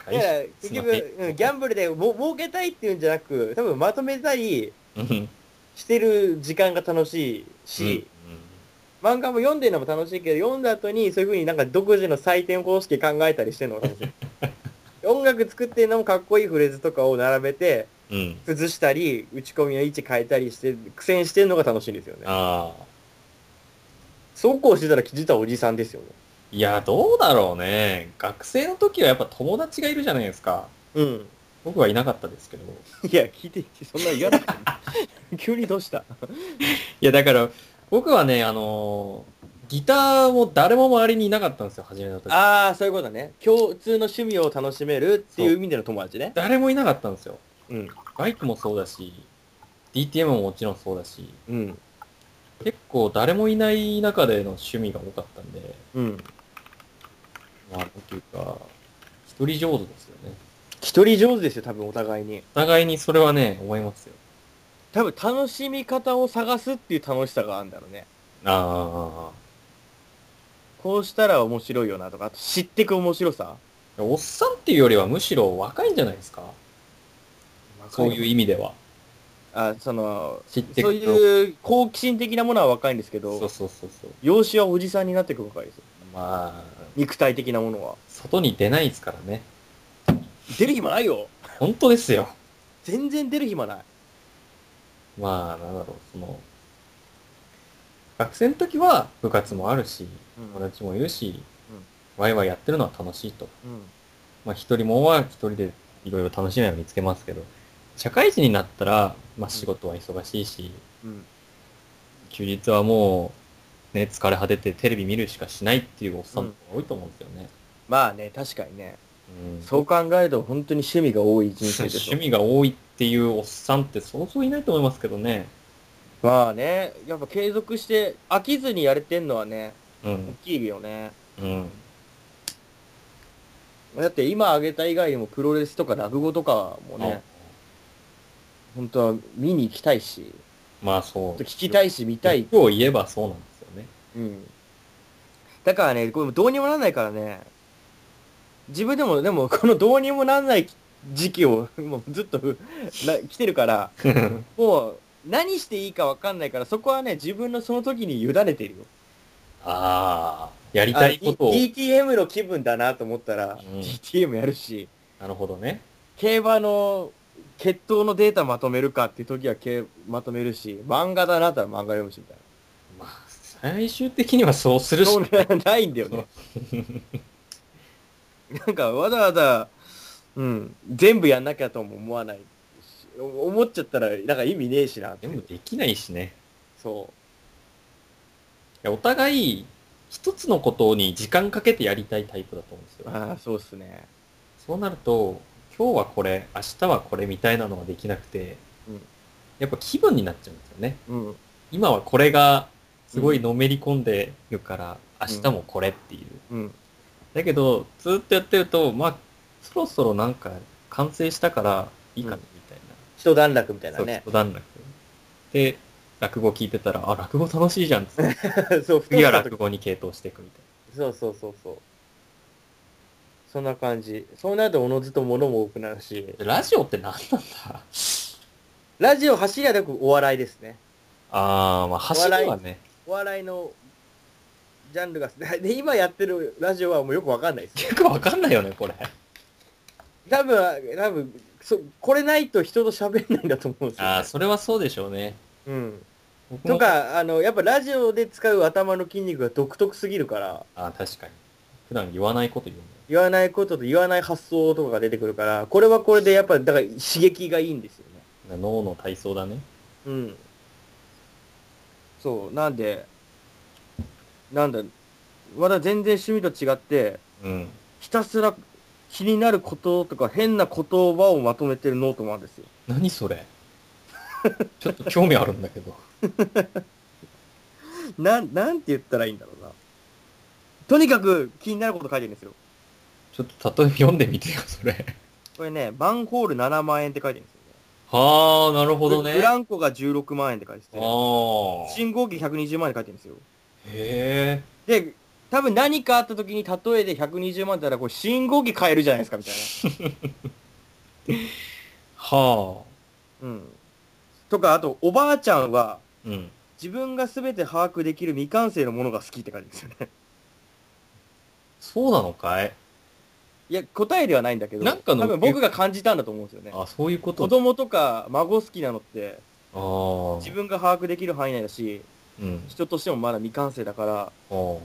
Speaker 3: あ、
Speaker 2: いや、結局、うんギャンブルでも儲けたいっていうんじゃなく、多分まとめたり
Speaker 3: うん。
Speaker 2: してる時間が楽しいし、漫画も読んでるのも楽しいけど、読んだ後にそういうふうになんか独自の採点方式考えたりしてるのが楽しい。 音楽作ってるのもかっこいいフレーズとかを並べて、
Speaker 3: うん。うん。
Speaker 2: 崩したり、打ち込みの位置変えたりして、苦戦してるのが楽しいんですよね。
Speaker 3: ああ。
Speaker 2: そうこうしてたら実はおじさんですよね。
Speaker 3: いや、どうだろうね。学生の時はやっぱ友達がいるじゃないですか。
Speaker 2: うん。
Speaker 3: 僕はいなかったですけど。
Speaker 2: いや、聞いて、そんな嫌だ。 急にどうした
Speaker 3: いや、だから、僕はね、あのーギターも誰も周りにいなかったんですよ、初めの時。
Speaker 2: ああ、そういうことね。共通の趣味を楽しめるっていう意味での友達ね。
Speaker 3: 誰もいなかったんですよ。
Speaker 2: うん。
Speaker 3: バイクもそうだし、DTM ももちろんそうだし、
Speaker 2: うん。
Speaker 3: 結構誰もいない中での趣味が多かったんで、
Speaker 2: うん。
Speaker 3: まあ、なんていうか、一人上手ですよね。
Speaker 2: 一人上手ですよ、多分お互いに。
Speaker 3: お互いにそれはね、思いますよ。
Speaker 2: 多分楽しみ方を探すっていう楽しさがあるんだろうね。
Speaker 3: あ
Speaker 2: こうしたら面白いよなとか、あと知ってく面白さ。
Speaker 3: あ。おっさんっていうよりはむしろ若いんじゃないですかそういう
Speaker 2: う。
Speaker 3: 意味では。
Speaker 2: あ、その、
Speaker 3: 知って
Speaker 2: そう
Speaker 3: う。
Speaker 2: いう好奇心的なものは若いんですけ
Speaker 3: そう
Speaker 2: ど、
Speaker 3: そうそうそう。
Speaker 2: 容姿はおじさんになってくばかりですよ。
Speaker 3: まあ、
Speaker 2: 肉体的なものは。
Speaker 3: 外に出ないですからね。
Speaker 2: 出る暇ないよ
Speaker 3: 本当ですよ。
Speaker 2: 全然出る暇ない。
Speaker 3: まあ、なんだろう、その、学生の時は部活もあるし、
Speaker 2: うん
Speaker 3: 友達もいるし、
Speaker 2: うん
Speaker 3: ワイワイやってるのは楽しいと。
Speaker 2: うん。
Speaker 3: まあ、一人もんは一人でいろいろ楽しみを見つけますけど、社会人になったら、まあ、仕事は忙しいし、
Speaker 2: うん。
Speaker 3: 休日はもう、ね、疲れ果ててテレビ見るしかしないっていうおっさんの方が多いと思うんですよね。
Speaker 2: まあね、確かにね。
Speaker 3: うん
Speaker 2: そう考えると本当に趣味が多い人生でし
Speaker 3: 趣
Speaker 2: ょ。
Speaker 3: 味が多いっていうおっさんってそうそういないと思いますけどね。
Speaker 2: まあね、やっぱ継続して飽きずにやれてんのはね、
Speaker 3: う
Speaker 2: 大
Speaker 3: ん。
Speaker 2: きいよね。
Speaker 3: うん。
Speaker 2: だって今挙げた以外にもプロレスとか落語とかもね、本当は見に行きたいし、
Speaker 3: まあそう。
Speaker 2: 聞きたいし見たい。
Speaker 3: 今日言えばそうなんですよね。
Speaker 2: うん。だからね、これもどうにもならないからね、自分でも、でもこのどうにもならない時期をもうずっとな来てる から、もう何していいかわかんないから、そこはね、自分のその時に委ねてるよ。
Speaker 3: ああ、やりたいことを。
Speaker 2: DTM の気分だなと思ったら、
Speaker 3: うん
Speaker 2: DTM やるし、
Speaker 3: なるほどね。
Speaker 2: 競馬の血統のデータまとめるかっていう時はけまとめるし、漫画だなったら漫画読むしみたいな。
Speaker 3: まあ、最終的にはそうするし
Speaker 2: そ
Speaker 3: か
Speaker 2: う
Speaker 3: ない。
Speaker 2: ねないんだよね。 なんかわざわざ、うん、全部やんなきゃとも思わないし、お思っちゃったらなんか意味ねえしなって
Speaker 3: 全。部できないしね。
Speaker 2: そ
Speaker 3: いやお互い、一つのことに時間かけてやりたいタイプだと思うんです
Speaker 2: う。
Speaker 3: よ。
Speaker 2: ああ、そうっすね。
Speaker 3: そうなると、今日はこれ、明日はこれみたいなのができなくて、
Speaker 2: うん
Speaker 3: やっぱ気分になっちゃうんですよね。
Speaker 2: うん。
Speaker 3: 今はこれが、すごいのめり込んでるから、明日もこれっていう。
Speaker 2: うん。
Speaker 3: だけど、ずーっとやってると、まあ、そろそろなんか完成したからいいかな、みたいな。
Speaker 2: 一段落みたい
Speaker 3: そ
Speaker 2: な
Speaker 3: う、
Speaker 2: ね。
Speaker 3: 一段落。で、落語聞いてたら、あ、落語楽しいじゃんっつ っ て、
Speaker 2: そう、ふと
Speaker 3: 次は
Speaker 2: した時
Speaker 3: 落語に傾倒していくみたい
Speaker 2: そうそうそうそう。そんな感じ。そうなるとおのずと物も多くなるし、
Speaker 3: な。でラジオって何なんだ
Speaker 2: ラジオ走りはなくお笑いですね。
Speaker 3: あー、まあ、走りはね。
Speaker 2: お笑いのジャンルが、 で、今やってるラジオはもうよくわかんないです。
Speaker 3: 結構わかんないよね、これ。
Speaker 2: 多分、多分、そこれないと人と喋んないんだと思うんですよ、
Speaker 3: あー、それはそうでしょうね。
Speaker 2: うん。
Speaker 3: 僕も
Speaker 2: と。か、あの、やっぱラジオで使う頭の筋肉が独特すぎるから、
Speaker 3: あー、確かに。普段言わないこと言うんだよ。
Speaker 2: 言わないことと言わない発想とかが出てくるから、これはこれでやっぱ、だから刺激がいいんですよね。
Speaker 3: 脳の体操だね。
Speaker 2: うん。そう、なんで、なんだ、まだ全然趣味と違って、
Speaker 3: うん。
Speaker 2: ひたすら気になることとか変な言葉をまとめてるノートもあるんですよ。
Speaker 3: 何それちょっと興味あるんだけど。
Speaker 2: なん、なんて言ったらいいんだろうな。とにかく気になること書いてるんですよ。
Speaker 3: ちょっと例え読んでみてよ、それ。
Speaker 2: これね、バンホール7万円って書いてるんですよね。
Speaker 3: はあ、なるほどね。
Speaker 2: ブランコが16万円って書いてて、
Speaker 3: ああ。
Speaker 2: 信号機120万円って書いてるんですよ。
Speaker 3: へえ。
Speaker 2: で、多分何かあった時に例えで120万だったら、これ信号機買えるじゃないですか、みたいな。
Speaker 3: は
Speaker 2: うん。とか、あと、おばあちゃんは、
Speaker 3: あ。うん。
Speaker 2: 自分が全て把握できる未完成のものが好きって感じですよね。
Speaker 3: そうなのかい
Speaker 2: いや、答えではないんだけど、
Speaker 3: なんかの
Speaker 2: 多分僕が感じたんだと思うんですよね。
Speaker 3: あ、そういうこと
Speaker 2: 子供とか孫好きなのって、
Speaker 3: ああ。
Speaker 2: 自分が把握できる範囲内だし、
Speaker 3: うん。
Speaker 2: 人としてもまだ未完成だから
Speaker 3: あ
Speaker 2: 好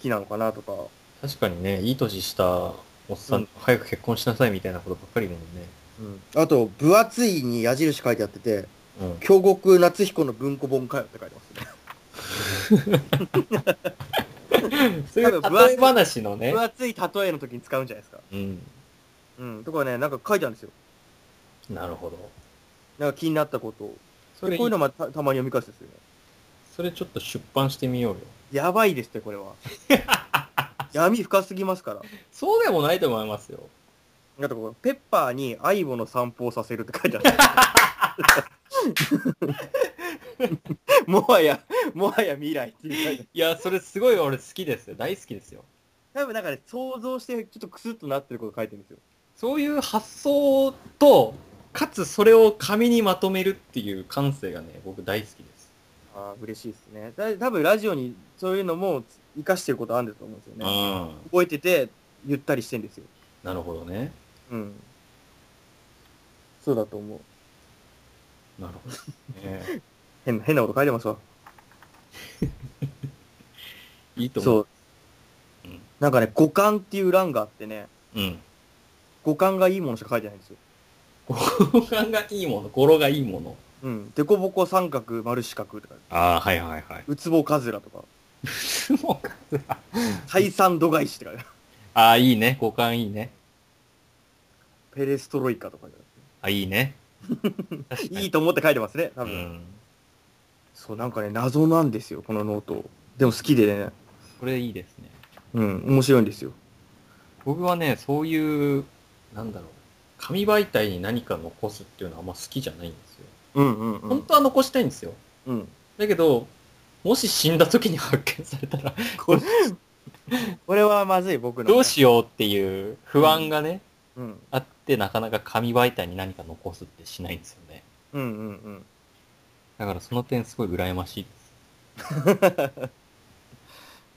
Speaker 2: きなのかなとか。
Speaker 3: あ。確かにね、いい年したおっさん、
Speaker 2: うん
Speaker 3: 早く結婚しなさいみたいなことばっかりだもんね。
Speaker 2: うん。あと、分厚いに矢印書いてあってて、
Speaker 3: うん。
Speaker 2: 京極夏彦の文庫本かよって書いてますね。
Speaker 3: そういう例え話のね
Speaker 2: 分。厚い例えの時に使うんじゃないですか。
Speaker 3: うん。
Speaker 2: うん。とかね、なんか書いてあるんですよ。
Speaker 3: なるほど。
Speaker 2: なんか気になったことを。
Speaker 3: それ、
Speaker 2: こういうのもたたまに読み返すんですよね。
Speaker 3: それちょっと出版してみようよ。
Speaker 2: やばいですって、これ は。闇深すぎますから。
Speaker 3: そうでもないと思いますよ。
Speaker 2: あとこれ、ペッパーにアイボの散歩をさせるって書いてあ る。もはや、もはや未来っていう感じ。
Speaker 3: いや、それすごい俺好きですよ。大好きですよ。
Speaker 2: 多分なんかね、想像してちょっとクスッとなってること書いてるんですよ。
Speaker 3: そういう発想と、かつそれを紙にまとめるっていう感性がね、僕大好きです。
Speaker 2: ああ、嬉しいですね。だ多分ラジオにそういうのも活かしてることあるんだと思うんですよね。
Speaker 3: ん。
Speaker 2: 覚えてて、ゆったりしてんですよ。
Speaker 3: なるほどね。
Speaker 2: うん。そうだと思う。
Speaker 3: なるほど、 ね。
Speaker 2: 変な、変なこと書いてますわ。
Speaker 3: いいと思。
Speaker 2: そうう
Speaker 3: うん。
Speaker 2: なんかね、五感っていう欄があってね、
Speaker 3: うん。
Speaker 2: 五感がいいものしか書いてないんですよ。
Speaker 3: 五感がいいもの、語呂がいいもの。
Speaker 2: うん。でこぼこ三角丸四角とか、
Speaker 3: ああ、はいはいはい。
Speaker 2: ウツボカズラとか、
Speaker 3: もうあ
Speaker 2: 採算度外視とか、
Speaker 3: あー、いいね。五感いいね。
Speaker 2: ペレストロイカとか、
Speaker 3: あ、いいね。確かに
Speaker 2: いいと思って書いてますね、多
Speaker 3: う
Speaker 2: 分。
Speaker 3: ん。
Speaker 2: そう、なんかね、謎なんですよ、このノート。でも好きでね、
Speaker 3: これいいですね。
Speaker 2: うん、面白いんですよ。
Speaker 3: 僕はね、そういう、なんだろう。紙媒体に何か残すっていうのはあんま好きじゃないんですよ。
Speaker 2: うんうんう
Speaker 3: 本
Speaker 2: ん。
Speaker 3: 当は残したいんですよ。
Speaker 2: うん、
Speaker 3: だけど、もし死んだ時に発見されたら、
Speaker 2: これはまずい、僕の。
Speaker 3: どうしようっていう不安がね、
Speaker 2: う。うん、
Speaker 3: あって、なかなか紙媒体に何か残すってしないんですよね。
Speaker 2: うんうんうん。
Speaker 3: だからその点すごい羨ましいです。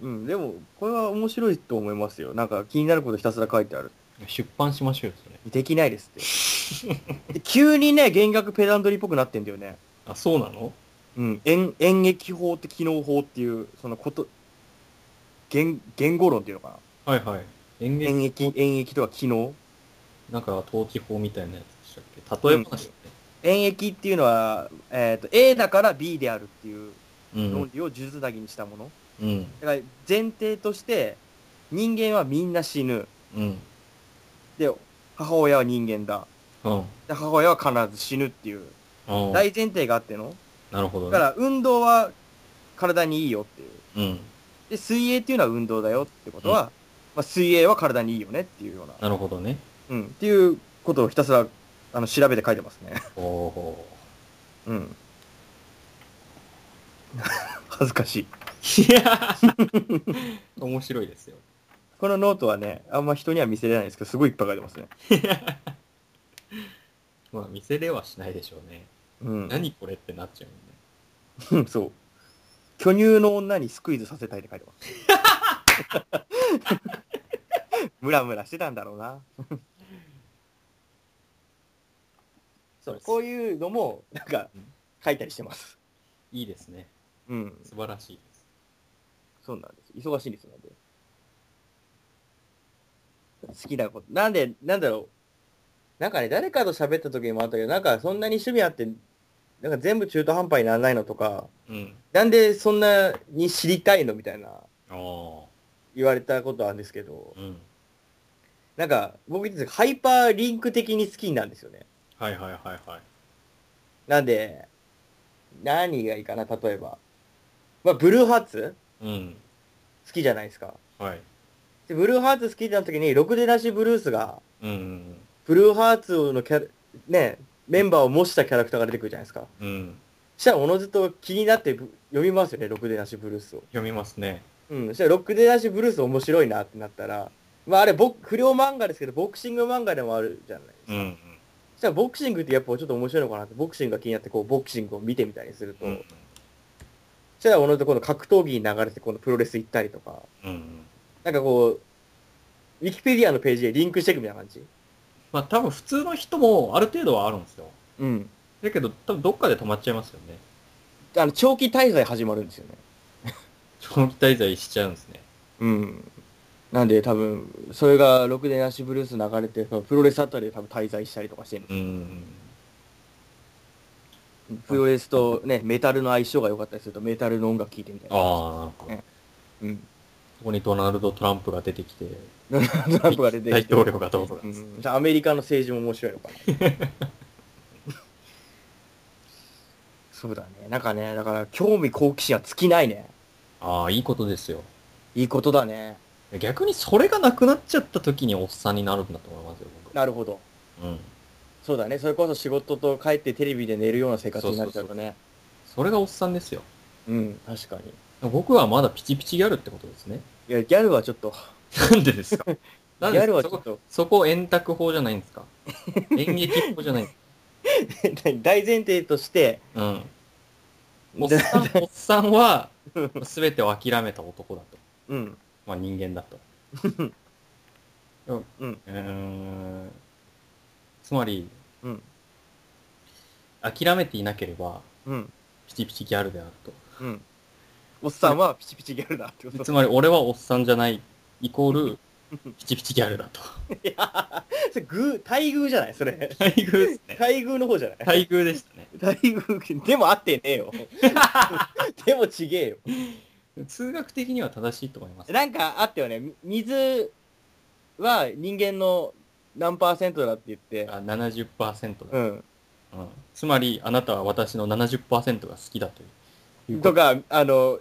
Speaker 2: うん、でも、これは面白いと思いますよ。なんか気になることひたすら書いてある。
Speaker 3: 出版しましょうよ、それ。
Speaker 2: できないです って。で急にね、弦楽ペダントリーっぽくなってんだよね。
Speaker 3: あ、そうなの
Speaker 2: うん、演演劇法って機能法っていう、そのこと、言言語論っていうのか
Speaker 3: はいはい。演
Speaker 2: な。
Speaker 3: 劇、
Speaker 2: 演劇、演劇とか機能
Speaker 3: なんか統治法みたいなやつでしたっけ例え話だね。
Speaker 2: 演劇っていうのは、えっ、と、A だから B であるっていう
Speaker 3: うん
Speaker 2: 論。理を数珠なぎにしたもの。
Speaker 3: うん。
Speaker 2: だから前提として、人間はみんな死ぬ。
Speaker 3: うん。
Speaker 2: で、母親は人間だ。
Speaker 3: うん。
Speaker 2: で、母親は必ず死ぬっていう、
Speaker 3: うん。
Speaker 2: 大前提があっての。
Speaker 3: なるほど
Speaker 2: だ
Speaker 3: ね。
Speaker 2: から運動は体にいいよっていう。
Speaker 3: うん。
Speaker 2: で、水泳っていうのは運動だよってことは、まあ、水泳は体にいいよねっていうような、
Speaker 3: なるほどね。
Speaker 2: うん、っていうことを ひたすら、あの、調べて書いてますね。
Speaker 3: おお。
Speaker 2: うん。 恥ずかしい。
Speaker 3: いや 面白いですよ。
Speaker 2: このノートはね、あんま人には見せれないんですけど、すごいいっぱい書いてますね。
Speaker 3: まあ、見せれはしないでしょうね。
Speaker 2: うん。
Speaker 3: 何これってなっちゃうんで。
Speaker 2: うんそう。巨乳の女にスクイズさせたいって書いてます。 ムラムラしてたんだろう な。
Speaker 3: そう
Speaker 2: こういうのも、なんか
Speaker 3: うん、
Speaker 2: 書いたりしてます。
Speaker 3: いいですね。
Speaker 2: うん。
Speaker 3: 素晴らしいです。
Speaker 2: そうなんです。忙しいんですよ、なんで。好きなこと。なんで、なんだろう。なんかね、誰かと喋った時もあったけど、なんかそんなに趣味あって、なんか全部中途半端にならないのとか、
Speaker 3: うん。
Speaker 2: なんでそんなに知りたいのみたいな
Speaker 3: ああ。
Speaker 2: 言われたことあるんですけど、
Speaker 3: うん。
Speaker 2: なんか僕言ってたんですけどハイパーリンク的に好きなんですよね。
Speaker 3: はいはいはいはい。
Speaker 2: なんで、何がいいかな、例えば。まあ、ブルーハーツ
Speaker 3: うん。
Speaker 2: 好きじゃないですか。
Speaker 3: はい。
Speaker 2: でブルーハーツ好きな時に、ろくでなしブルースが、
Speaker 3: うん。
Speaker 2: ブルーハーツのキャラ、ね、メンバーを模したキャラクターが出てくるじゃないですか。
Speaker 3: うん。
Speaker 2: したらおのずと気になってぶ読みますよね、ロックでなしブルースを。
Speaker 3: 読みますね。
Speaker 2: うん。そしたらロックでなしブルース面白いなってなったら、まああれ、ボク不良漫画ですけど、ボクシング漫画でもあるじゃないですか。
Speaker 3: うん。
Speaker 2: そしたらボクシングってやっぱちょっと面白いのかなって、ボクシングが気になって、こう、ボクシングを見てみたりすると、
Speaker 3: う
Speaker 2: そ
Speaker 3: ん。
Speaker 2: したらおのずとこの格闘技に流れて、このプロレス行ったりとか、
Speaker 3: うん。
Speaker 2: なんかこう、ウィキペディアのページでリンクしていくみたいな感じ。
Speaker 3: まあ多分普通の人もある程度はあるんですよ。
Speaker 2: うん。
Speaker 3: だけど多分どっかで止まっちゃいますよね。
Speaker 2: あの、長期滞在始まるんですよね。
Speaker 3: 長期滞在しちゃうんですね。
Speaker 2: うん。なんで多分、それが6でなしブルース流れて、そのプロレスあたりで多分滞在したりとかしてる。
Speaker 3: うん。
Speaker 2: プロレスとね、メタルの相性が良かったりすると、メタルの音楽聴いてみたいな。
Speaker 3: ああ、なんか。
Speaker 2: うん。
Speaker 3: そこにドナルド・トランプが出てきて、
Speaker 2: トランプが出て
Speaker 3: 大
Speaker 2: きて。
Speaker 3: 統領がどうぞ。
Speaker 2: うん。じゃあアメリカの政治も面白いのかな。 そうだね。なんかね、だから興味好奇心は尽きないね。
Speaker 3: ああ、いいことですよ。
Speaker 2: いいことだね。
Speaker 3: 逆にそれがなくなっちゃった時におっさんになるんだと思いますよ、僕。
Speaker 2: なるほど。
Speaker 3: うん。
Speaker 2: そうだね。それこそ仕事と帰ってテレビで寝るような生活になっちゃうとね。
Speaker 3: それがおっさんですよ。
Speaker 2: うん、確かに。
Speaker 3: 僕はまだピチピチギャルってことですね。
Speaker 2: いや、ギャルはちょっと、
Speaker 3: なんでですか
Speaker 2: ギ
Speaker 3: なんで
Speaker 2: ャルはち
Speaker 3: そ
Speaker 2: ょっ、
Speaker 3: ことそこ円卓法じゃないんですか演劇法じゃないんです
Speaker 2: 大前提として、
Speaker 3: か うん。おっさ ん、おっさんは、全てを諦めた男だと。
Speaker 2: うん。
Speaker 3: まあ人間だと。うん
Speaker 2: うん
Speaker 3: うーん。つまり、
Speaker 2: うん。
Speaker 3: 諦めていなければ、
Speaker 2: うん。
Speaker 3: ピチピチギャルであると。
Speaker 2: うん。おっさんはピチピチギャルだってこ
Speaker 3: つ
Speaker 2: と。
Speaker 3: まり俺はおっさんじゃない、イ コール、ピチピチギャルだ と。
Speaker 2: それ、ぐ、待遇じゃないそれ。
Speaker 3: 待遇ですね。
Speaker 2: 待遇の方じゃない
Speaker 3: 待遇でしたね。
Speaker 2: 待遇、でも合ってねえ よ。でもちげえよ。
Speaker 3: 通学的には正しいと思います。
Speaker 2: なんかあったよね。水は人間の何パーセントだって言って、
Speaker 3: あ70%だ、
Speaker 2: うん。
Speaker 3: うんつまり、あなたは私の70%が好きだという。
Speaker 2: と
Speaker 3: か。
Speaker 2: か、あの、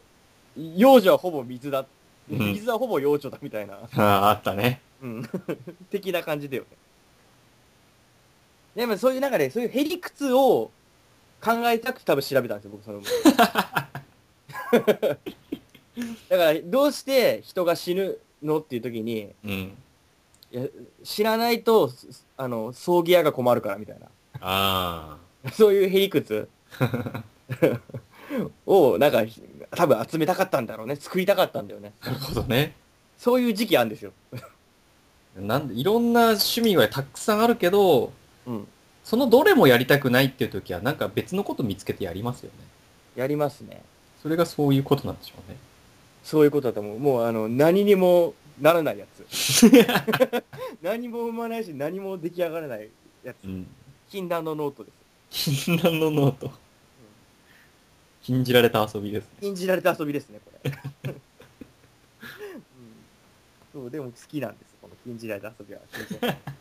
Speaker 2: 幼女はほぼ水だ。
Speaker 3: うん
Speaker 2: 水はほぼ幼女だみたいな。
Speaker 3: ああ、あったね。
Speaker 2: うん。 的な感じだよね。でもそういう中で、そういうへりくつを考えたくて多分調べたんですよ、僕それも。だから、どうして人が死ぬのっていう時に、
Speaker 3: うん。
Speaker 2: いや知らないと、すあの、葬儀屋が困るからみたい
Speaker 3: あ
Speaker 2: な。そういうへりくつを、なんか、多分集めたかったんだろうね。作りたかったんだよね。
Speaker 3: あ、なるほどね。
Speaker 2: そういう時期あるんですよ。
Speaker 3: なんで、いろんな趣味はたくさんあるけど、
Speaker 2: うん。
Speaker 3: そのどれもやりたくないっていう時は、なんか別のこと見つけてやりますよね。
Speaker 2: やりますね。
Speaker 3: それがそういうことなんでしょうね。
Speaker 2: そういうことだと思う。もうあの、何にもならないやつ。 何も生まないし、何も出来上がらないやつ。
Speaker 3: うん。
Speaker 2: 禁断のノートです。
Speaker 3: 禁断のノート。禁じられた遊びですね。
Speaker 2: 禁じられた遊びですね、これ。 うん、そう、でも好きなんです。この禁じられた遊びは。 禁じられた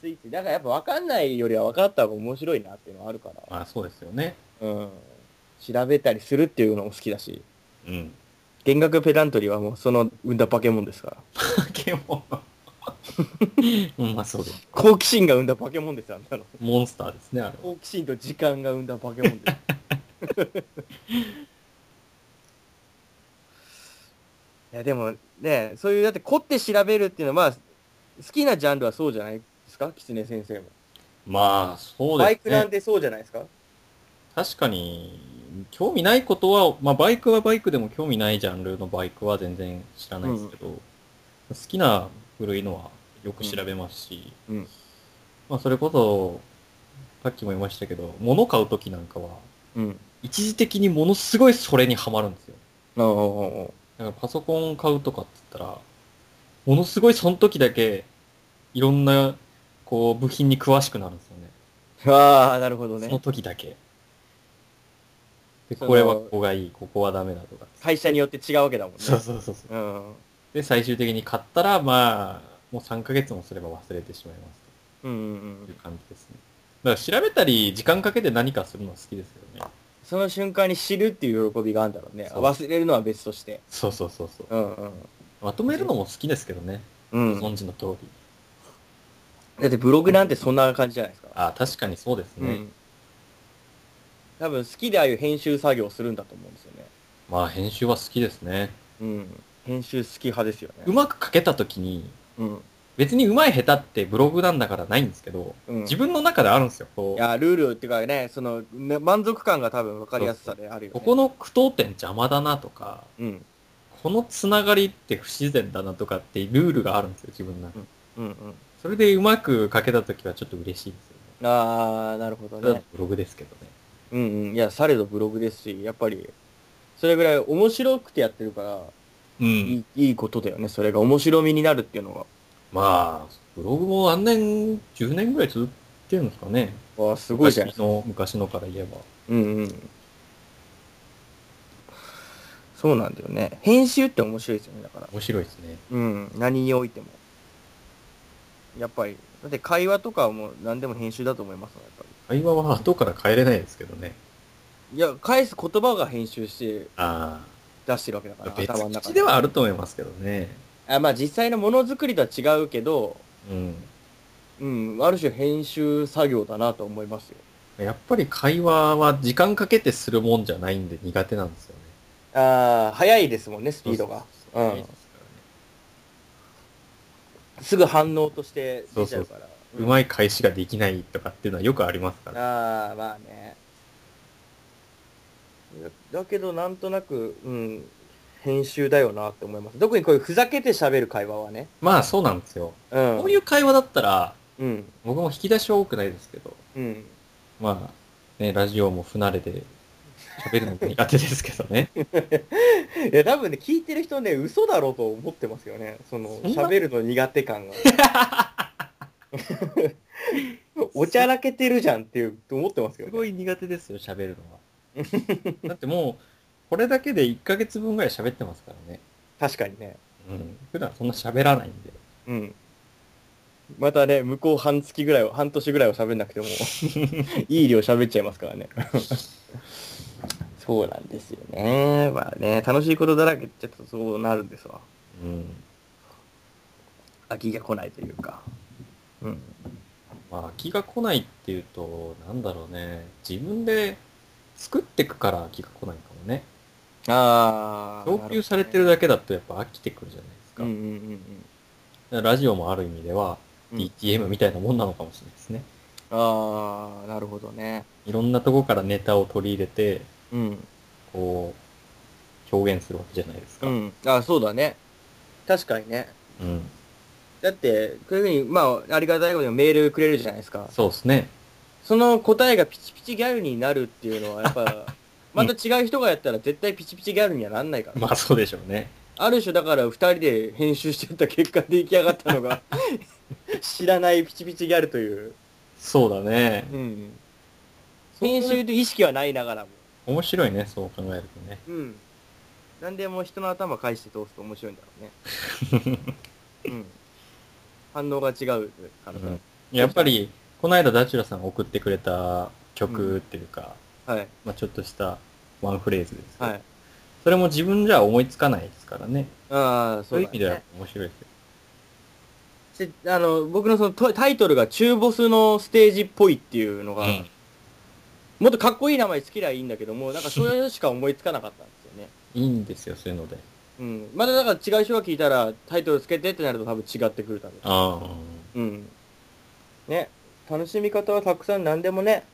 Speaker 2: ついつい、だからやっぱ分かんないよりは分かった方が面白いなっていうのはあるから。
Speaker 3: まあ、そうですよね。
Speaker 2: うん。調べたりするっていうのも好きだし。
Speaker 3: うん。
Speaker 2: 弦楽ペダントリーはもうその生んだ化け物ですから。
Speaker 3: 化け物。うん まあ、そうです。
Speaker 2: 好奇心が生んだ化け物ですよ、あんなの。
Speaker 3: モンスターですね、あれは。
Speaker 2: 好奇心と時間が生んだ化け物です。いや、でもね、そういう、だって凝って調べるっていうのは、まあ、好きなジャンルはそうじゃないですか狐先生も。
Speaker 3: まあ、そう
Speaker 2: バイ
Speaker 3: です
Speaker 2: クな
Speaker 3: ね
Speaker 2: ん。てそうじゃないですか
Speaker 3: 確かに、興味ないことは、まあ、バイクはバイクでも興味ないジャンルのバイクは全然知らないですけど、好きな古いのはよく調べますし、
Speaker 2: うんうん
Speaker 3: まあ、それこそ、さっきも言いましたけど、物買うときなんかは、
Speaker 2: うん。
Speaker 3: 一時的にものすごいそれにはまるんですよ。
Speaker 2: おうおうおう
Speaker 3: だからパソコン買うとかって言ったら、ものすごいその時だけ、いろんな、こう、部品に詳しくなるんですよね。
Speaker 2: ああ、なるほど
Speaker 3: その
Speaker 2: ね。
Speaker 3: 時だけ。で、
Speaker 2: その
Speaker 3: これはここがいい、ここはダメだとか。
Speaker 2: 会社によって違うわけだもんね。
Speaker 3: そうそうそうそう。
Speaker 2: うん。
Speaker 3: で、最終的に買ったら、まあ、もう3ヶ月もすれば忘れてしまいます
Speaker 2: うんうんう。
Speaker 3: というん感じですね。だから調べたり、時間かけて何かするのは好きですけどね。
Speaker 2: その瞬間に知るっていう喜びがあるんだろうね。
Speaker 3: そう
Speaker 2: 忘れるのは別として。
Speaker 3: そうそうそうそ
Speaker 2: う
Speaker 3: う。
Speaker 2: んうん。
Speaker 3: まとめるのも好きですけどね。
Speaker 2: うん。
Speaker 3: ご存知の通り。
Speaker 2: だってブログなんてそんな感じじゃないですか。
Speaker 3: あ、確かにそうですね。
Speaker 2: うん。多分好きでああいう編集作業をするんだと思うんですよね。
Speaker 3: まあ、編集は好きですね。
Speaker 2: うん。編集好き派ですよ
Speaker 3: う
Speaker 2: ね。
Speaker 3: まく書けた時に、
Speaker 2: うん。
Speaker 3: 別にうまい下手ってブログなんだからないんですけど、
Speaker 2: うん。
Speaker 3: 自分の中であるんですよ。こ
Speaker 2: いうや、ルールっていうかね、その、ね満足感が多分分かりやすさであるよね。
Speaker 3: ここの句読点邪魔だなとか、
Speaker 2: うん。
Speaker 3: このつながりって不自然だなとかっていうルールがあるんですよ、自分の中で。
Speaker 2: うんうん。
Speaker 3: それでうまく書けた時はちょっと嬉しいですよね。
Speaker 2: ああ、なるほど
Speaker 3: それだ
Speaker 2: ね
Speaker 3: と。ブログですけどね。
Speaker 2: うんうん。いや、されどブログですし、やっぱり、それぐらい面白くてやってるから、
Speaker 3: う
Speaker 2: い
Speaker 3: ん。
Speaker 2: いいいことだよね。それが面白みになるっていうの
Speaker 3: まあ、ブログも何年、10年ぐらい続いてるんですかね。
Speaker 2: が、わあ、すごいじゃん
Speaker 3: 昔。の、昔のから言えば。
Speaker 2: うんうん。そうなんだよね。編集って面白いですよね、だから。
Speaker 3: 面白いですね。
Speaker 2: うん、何においても。やっぱり、だって会話とかはもう何でも編集だと思いますもんやっぱり。
Speaker 3: 会話は後から変えれないですけどね。
Speaker 2: いや、返す言葉が編集して
Speaker 3: あ
Speaker 2: 出してるわけだか
Speaker 3: あ
Speaker 2: ら、。
Speaker 3: 別
Speaker 2: 頭の中
Speaker 3: 口ではあると思いますけどね。
Speaker 2: あまあ実際のものづくりとは違うけど、
Speaker 3: うん。
Speaker 2: うん、ある種編集作業だなと思いますよ。
Speaker 3: やっぱり会話は時間かけてするもんじゃないんで苦手なんですよね。
Speaker 2: ああ、早いですもんね、ス
Speaker 3: ス
Speaker 2: ピードが。
Speaker 3: う
Speaker 2: うんすぐ反応として出ちゃうから。
Speaker 3: ん。うまい返しができないとかっていうのはよくありますから。
Speaker 2: ああまあねだだけどなんとなくうん編集だよなって思います特にこういうふざけて喋る会話はね
Speaker 3: まあそうなんですよ。
Speaker 2: うん
Speaker 3: こういう会話だったら、
Speaker 2: うん
Speaker 3: 僕も引き出しは多くないですけど、
Speaker 2: うん
Speaker 3: まあ、ね、ラジオも不慣れで喋るのも苦手ですけど ね。
Speaker 2: いや多分ね聞いてる人ね嘘だろうと思ってますよねその
Speaker 3: そんな
Speaker 2: 喋るの苦手 感がおちゃらけてるじゃんっていうと思ってますよ
Speaker 3: す
Speaker 2: ね
Speaker 3: ごい苦手ですよ、喋る のは。だってもう、これだけで1ヶ月分ぐらい喋ってますからね。
Speaker 2: 確かにね
Speaker 3: うん。普段そんな喋らないんで。
Speaker 2: うんまたね向こう半月ぐらいを半年ぐらいは喋んなく てもいい量喋っちゃいますからねそうなんですよねまあね楽しいことだらけっちゃうとそうなるんですわ
Speaker 3: うん。
Speaker 2: 飽きが来ないというかうん
Speaker 3: まあ、気が来ないっていうと、なんだろうね。自分で作ってくから気が来ないかもね。
Speaker 2: ああ
Speaker 3: 要求されてるだけだとやっぱ飽きてくるじゃないですか。
Speaker 2: うんうんうん
Speaker 3: ラジオもある意味では、
Speaker 2: うん
Speaker 3: DTM みたいなもんなのかもしれないですね。
Speaker 2: ああなるほどね
Speaker 3: いろんなとこからネタを取り入れて、
Speaker 2: うん
Speaker 3: こう、表現するわけじゃないですか。
Speaker 2: う。んあそうだね確かにね
Speaker 3: うん、
Speaker 2: だってこういうふうにまあありがたいことにメールくれるじゃないですか
Speaker 3: そうですね。
Speaker 2: その答えがピチピチギャルになるっていうのはやっ ぱ、また違う人がやったら絶対ピチピチギャルにはなんないから。
Speaker 3: まあそうでしょうね。
Speaker 2: ある種だから二人で編集してった結果出来上がったの が、知らないピチピチギャルという。
Speaker 3: そうだね。
Speaker 2: うん。編集という意識はないながらも。
Speaker 3: 面白いね、そう考えるとね。
Speaker 2: うん。なんでも人の頭返して通すと面白いんだろ うね。うん。反応が違うからさ。
Speaker 3: やっぱり、この間ダチュラさんが送ってくれた曲っていうか、
Speaker 2: はい。
Speaker 3: まあちょっとしたワンフレーズですけど、
Speaker 2: はい。
Speaker 3: それも自分じゃ思いつかないですからね。
Speaker 2: ああ、
Speaker 3: そ
Speaker 2: そうう
Speaker 3: いう
Speaker 2: だ
Speaker 3: 意味で
Speaker 2: ね
Speaker 3: は。面白いですよ。
Speaker 2: であの僕のそのタイタイトルが中ボスのステージっぽいっていうのが、もっとかっこいい名前つけりゃいいんだけども、なんかそういうのしか思いつかなかったんですよね。
Speaker 3: いいんですよ、そういうので。
Speaker 2: うん。まだだから違う人が聞いたら、タイトルつけてってなると多分違ってくるだろう。
Speaker 3: ああ。
Speaker 2: うん。ね。楽しみ方はたくさん何でもね、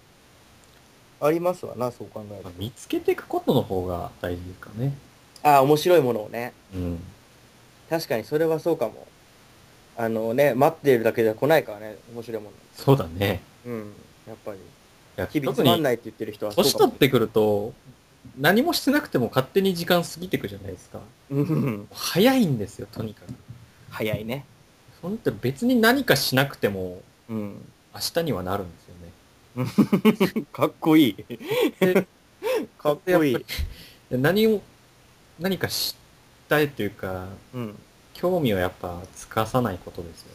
Speaker 2: ありますわな、そう考える
Speaker 3: ま
Speaker 2: と
Speaker 3: あ。見つけていくことの方が大事ですかね。
Speaker 2: ああ、面白いものをね。
Speaker 3: うん。
Speaker 2: 確かにそれはそうかも。あのね、待っているだけでは来ないからね、面白いもの。
Speaker 3: そうだね。
Speaker 2: うん。やっぱり。
Speaker 3: いや
Speaker 2: 日々
Speaker 3: 特
Speaker 2: つまん
Speaker 3: に
Speaker 2: ないって言ってる人はそう
Speaker 3: 年
Speaker 2: か
Speaker 3: 取っ
Speaker 2: も。
Speaker 3: てくると、何もしてなくても勝手に時間過ぎてくじゃないですか。
Speaker 2: うん。
Speaker 3: 早いんですよ、とにかく。
Speaker 2: 早いね。
Speaker 3: それって別に何かしなくても
Speaker 2: うん。
Speaker 3: 明日にはなるんですよね。
Speaker 2: かっこいい。 かっこい
Speaker 3: やっ
Speaker 2: い
Speaker 3: ぱ。り何を、何かしたいというか、
Speaker 2: うん。
Speaker 3: 興味をやっぱつかさないことですよね。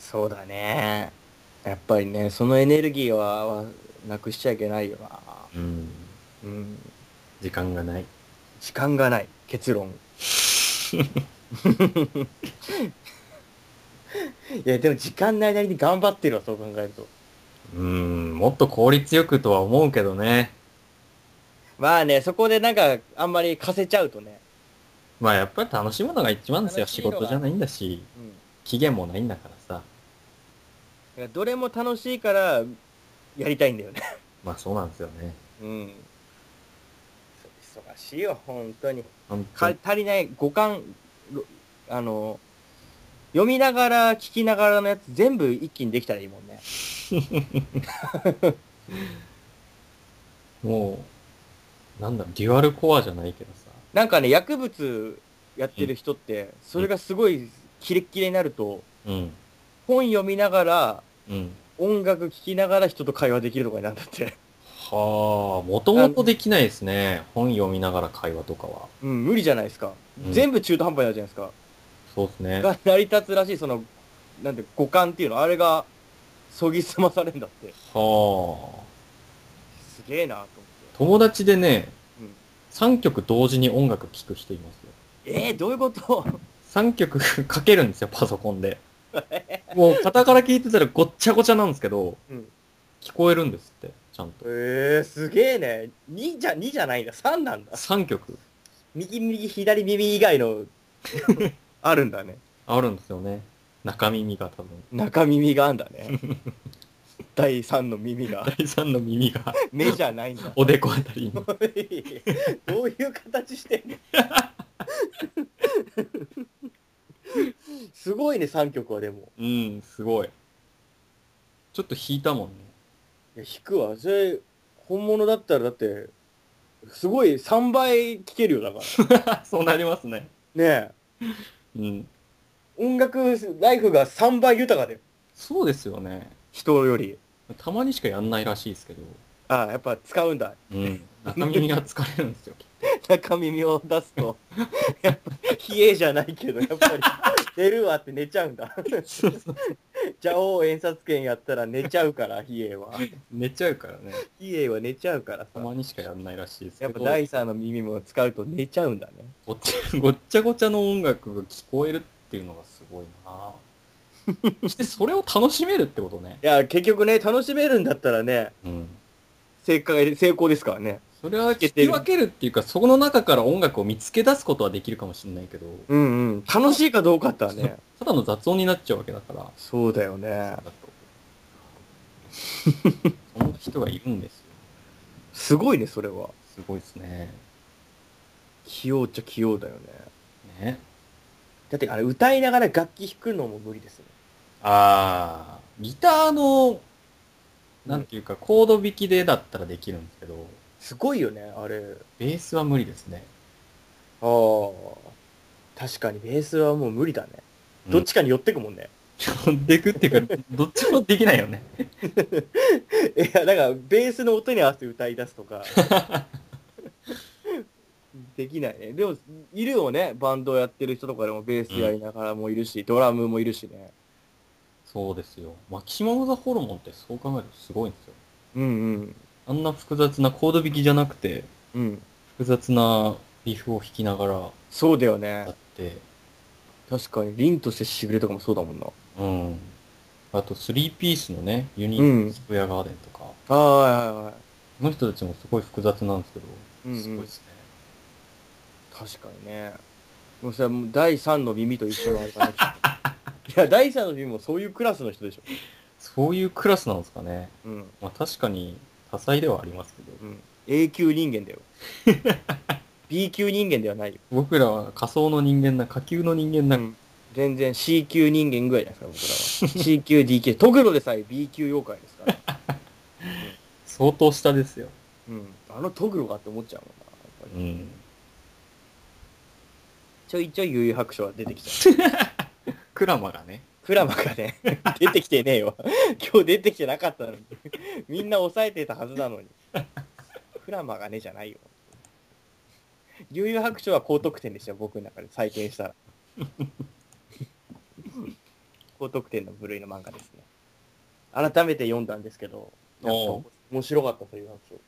Speaker 2: そうだね。やっぱりね、そのエネルギーは、はなくしちゃいけないよな。
Speaker 3: うん。
Speaker 2: うん。
Speaker 3: 時間がない。
Speaker 2: 時間がない。結 論。いや、でも時間ないなりに頑張ってるわ、そう考えると。
Speaker 3: うん、もっと効率よくとは思うけどね。
Speaker 2: まあね、そこでなんか、あんまり貸せちゃうとね。
Speaker 3: まあやっぱり楽しむのが一番ですよ。
Speaker 2: 楽し
Speaker 3: 仕
Speaker 2: いのが
Speaker 3: 事じゃないんだし、
Speaker 2: うん。
Speaker 3: 期限もないんだからさ。
Speaker 2: だからどれも楽しいから、やりたいんだよね。
Speaker 3: まあそうなんですよね。
Speaker 2: うん。そう忙しいよ、本当に。
Speaker 3: 本当
Speaker 2: か
Speaker 3: に
Speaker 2: 足りない五感、ろあの、読みながら、聞きながらのやつ全部一気にできたらいいもんね。
Speaker 3: もう、なんだろう、デュアルコアじゃないけどさ。
Speaker 2: なんかね、薬物やってる人って、それがすごいキレッキレになると、
Speaker 3: うん。
Speaker 2: 本読みながら、
Speaker 3: うん。
Speaker 2: 音楽聴きながら人と会話できるとかになるんだって。
Speaker 3: はあ、もともとできないですね。本読みながら会話とかは。
Speaker 2: うん、無理じゃないですか。
Speaker 3: うん
Speaker 2: 全部中途半端になるじゃないですか。
Speaker 3: そうですね。
Speaker 2: が成り立つらしい、その、なんて、五感っていうの、あれが、そぎ澄まされんだって。
Speaker 3: はあ。
Speaker 2: すげえなと思って。
Speaker 3: 友達でね、
Speaker 2: うん、
Speaker 3: 3曲同時に音楽聴く人いますよ。
Speaker 2: えー、どういうこと
Speaker 3: 3曲 かけるんですよ、パソコンで。もう、片から聞いてたらごっちゃごちゃなんですけど、
Speaker 2: うん
Speaker 3: 聞こえるんですって、ちゃんと。
Speaker 2: えー、すげえね。2じゃ、2じゃないんだ。3なんだ。
Speaker 3: 3曲
Speaker 2: 右、右、左、耳以外の、あるんだね。
Speaker 3: あるんですよね。中耳が多分。
Speaker 2: 中耳があんだね。第3の耳が。
Speaker 3: 第3の 耳が、
Speaker 2: 目じゃないんだ。
Speaker 3: おでこあたりに。
Speaker 2: おいどういう形してんのすごいね、3曲はでも。
Speaker 3: うん、すごい。ちょっと弾いたもんね。
Speaker 2: いや、弾くわ。それ、本物だったら、だって、すごい3倍聴けるよ、だから。
Speaker 3: そうなりますね。
Speaker 2: ね
Speaker 3: うん。
Speaker 2: え。音楽ライフが3倍豊かだよ。
Speaker 3: そうですよね。
Speaker 2: 人より。
Speaker 3: たまにしかやんないらしいですけど。
Speaker 2: ああ、やっぱ使うんだ。
Speaker 3: うん。中耳が疲れるんですよ。
Speaker 2: 中耳を出すと。 やっぱ、冷えじゃないけど、やっぱり、 寝るわって寝ちゃうんだ。
Speaker 3: そうそう
Speaker 2: 蛇王演察権やったら寝ちゃうから、冷えは。
Speaker 3: 寝ちゃうからね。
Speaker 2: 冷えは寝ちゃうから
Speaker 3: た
Speaker 2: さ。
Speaker 3: まにしかやんないらしいですけ
Speaker 2: やっ
Speaker 3: ど。
Speaker 2: ぱ第3の耳も使うと寝ちゃうんだね。
Speaker 3: ごっちゃ ごっちゃごちゃの音楽が聞こえるっていうのがすごいな そしてそれを楽しめるってことね。
Speaker 2: いや、結局ね、楽しめるんだったらね、
Speaker 3: うん。
Speaker 2: 正解、成功ですからね。
Speaker 3: それは聞き分けるっていうか、そこの中から音楽を見つけ出すことはできるかもしれないけど、
Speaker 2: うんうん。楽しいかどうかってはね。
Speaker 3: ただの雑音になっちゃうわけだから、
Speaker 2: そうだよね。
Speaker 3: だとそんな人がいるんですよ。
Speaker 2: すごいね、それは。
Speaker 3: すごいですね。
Speaker 2: 器用っちゃ器用だよね。
Speaker 3: ね。
Speaker 2: だって、あれ、歌いながら楽器弾くのも無理ですね。
Speaker 3: ああ、ギターの、なんていうか、コード弾きでだったらできるんですけど、
Speaker 2: すごいよね、あれ。
Speaker 3: ベースは無理ですね。
Speaker 2: ああ。確かに、ベースはもう無理だね。どっちかに寄ってくもんね。
Speaker 3: 飛んでいくっていうか、どっちもできないよね。
Speaker 2: いや、だから、ベースの音に合わせて歌い出すとか。 できないね。でも、いるよね。バンドやってる人とかでも、ベースやりながらもいるし、ドラムもいるしね。
Speaker 3: そうですよ。マキシマム・ザ・ホルモンってそう考えるとすごいんですよ。
Speaker 2: うんうん。
Speaker 3: あんな複雑なコード弾きじゃなくて、
Speaker 2: うん。
Speaker 3: 複雑なリフを弾きながら
Speaker 2: そうだよ
Speaker 3: や
Speaker 2: ね
Speaker 3: っ。て、
Speaker 2: 確かに、凛としてしぐれとかもそうだもんな。
Speaker 3: うん。あと、スリーピースのね、ユニークスクエアガーデンとか、
Speaker 2: ああ、はいはいはい。
Speaker 3: この人たちもすごい複雑なんですけど、
Speaker 2: うんうん
Speaker 3: すごいですね。
Speaker 2: 確かにね。もうそれはもう第3の耳と一緒のあれかな。いや、第3の耳もそういうクラスの人でしょ。
Speaker 3: そういうクラスなんですかね。
Speaker 2: うん。
Speaker 3: まあ確かに多彩ではありますけど、
Speaker 2: うん。A 級人間だよ。B 級人間ではないよ。
Speaker 3: 僕らは仮想の人間な、下級の人間な、
Speaker 2: うん全然 C 級人間ぐらいじゃないですか、僕らは。C 級、D 級。トグロでさえ B 級妖怪ですから。
Speaker 3: 相当下ですよ。
Speaker 2: うん。あのトグロがって思っちゃうもんな。やっぱり
Speaker 3: うん。
Speaker 2: ちょいちょい悠々白書は出てきちゃう。
Speaker 3: クラマがね、
Speaker 2: クラマがね、 出てきてねえわ。 今日出てきてなかったのに。 みんな抑えてたはずなのに。クラマがねじゃないよ。悠々白書は高得点でしたよ、僕の中で。採点したら。 高得点の部類の漫画ですね。改めて読んだんですけど、やっ
Speaker 3: おう
Speaker 2: ぱ面白かったという話を。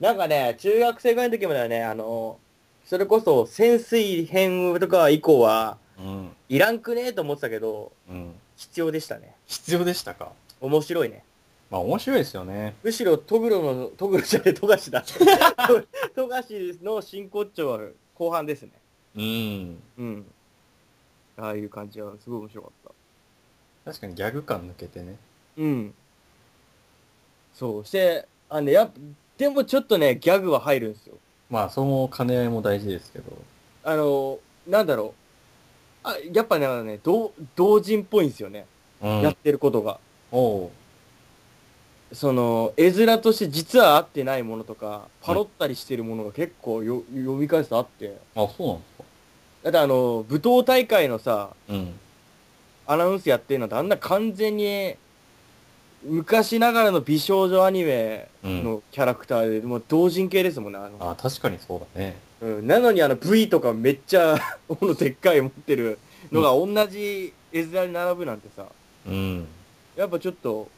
Speaker 2: なんかね、中学生ぐらいの時まではね、あの、それこそ潜水編とか以降は、
Speaker 3: うん。
Speaker 2: いらんくねえと思ってたけど、
Speaker 3: うん。
Speaker 2: 必要でしたね。
Speaker 3: 必要でしたか
Speaker 2: 面白いね。
Speaker 3: まあ面白いですよね。
Speaker 2: むしろトグロの、トグロじゃねえ、トガシだ。 トガシの真骨頂は後半ですね。
Speaker 3: うん。
Speaker 2: うん。ああいう感じはすごい面白かった。
Speaker 3: 確かにギャグ感抜けてね。
Speaker 2: うん。そう。して、あのね、やっぱ、でもちょっとね、ギャグは入るんですよ。
Speaker 3: まあその兼ね合いも大事ですけど。
Speaker 2: あの、なんだろう。あ、やっぱね、あのね、同、同人っぽいんですよね。
Speaker 3: う
Speaker 2: やっ
Speaker 3: ん。
Speaker 2: てることが。
Speaker 3: おう。
Speaker 2: その絵面として実は合ってないものとかパロったりしてるものが結構よ読み返すとあって
Speaker 3: あ、そうなんですか。
Speaker 2: だってあの舞踏大会のさ
Speaker 3: うん。
Speaker 2: アナウンスやってるのってあんな完全に昔ながらの美少女アニメのキャラクターで、もう同人系ですもんねあの、
Speaker 3: あ、確かにそうだね。
Speaker 2: うん、なのにあの V とかめっちゃ このでっかい持ってるのが同じ絵面に並ぶなんてさ
Speaker 3: うん。
Speaker 2: やっぱちょっと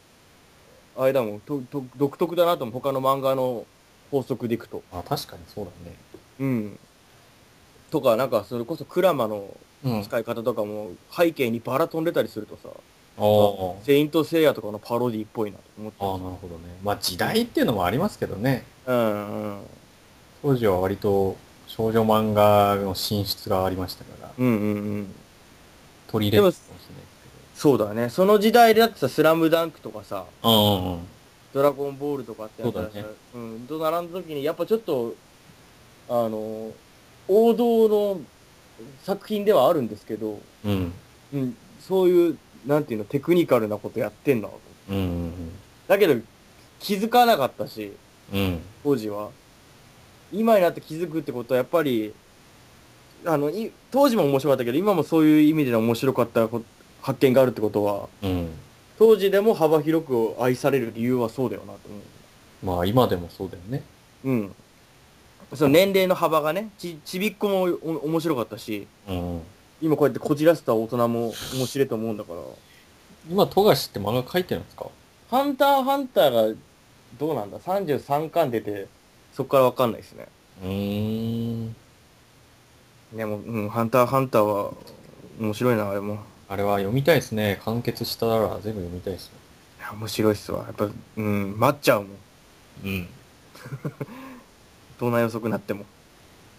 Speaker 2: あれだもんとと独特だなと思う他の漫画の法則でいくと。
Speaker 3: あ、確かにそうだね。
Speaker 2: うん。とか、なんか、それこそクラマの
Speaker 3: うん。
Speaker 2: 使い方とかも、背景にバラ飛んでたりするとさ、
Speaker 3: おう。
Speaker 2: セイントセイヤとかのパロディっぽいなと思って
Speaker 3: ああ、なるほどね。まあ時代っていうのもありますけどね。
Speaker 2: うんうん。
Speaker 3: 当時は割と少女漫画の進出がありましたから、
Speaker 2: うんうんうん。
Speaker 3: 取り入れたかもしれないです
Speaker 2: そうだね。その時代でだってさ、スラムダンクとかさ、
Speaker 3: けど。うんうんうん。
Speaker 2: ドラゴンボールとかってやつらさ
Speaker 3: そうだね
Speaker 2: うん。と並んだ時に、やっぱちょっと、あの、王道の作品ではあるんですけど、
Speaker 3: うん。
Speaker 2: うん、そういう、なんていうの、テクニカルなことやってんなと思って。
Speaker 3: うんうん
Speaker 2: だけど、気づかなかったし、
Speaker 3: うん。うん。
Speaker 2: 当時は。今になって気づくってことは、やっぱり、あの、い当時も面白かったけど、今もそういう意味での面白かったこ発見があるってことは、
Speaker 3: うん。
Speaker 2: 当時でも幅広く愛される理由はそうだよなと思
Speaker 3: まあ今でもそうだよね。
Speaker 2: う。うん。その年齢の幅がね、ち、ちびっこもお面白かったし、
Speaker 3: うん。
Speaker 2: 今こうやってこじらせた大人も面白いと思うんだから。
Speaker 3: 今、富樫って漫画描いてるんですか
Speaker 2: ハンターハンターが、どうなんだ ?33 巻出て、そっからわかんないですね。
Speaker 3: うーん。
Speaker 2: でも、うん、ハンターハンターは、面白いな、あれも。い
Speaker 3: あれは読みたいですね。完結したら全部読みたいですね。
Speaker 2: や面白いっすわ。やっぱ、うん、待っちゃうもん。
Speaker 3: うん。
Speaker 2: どんな予測になっても。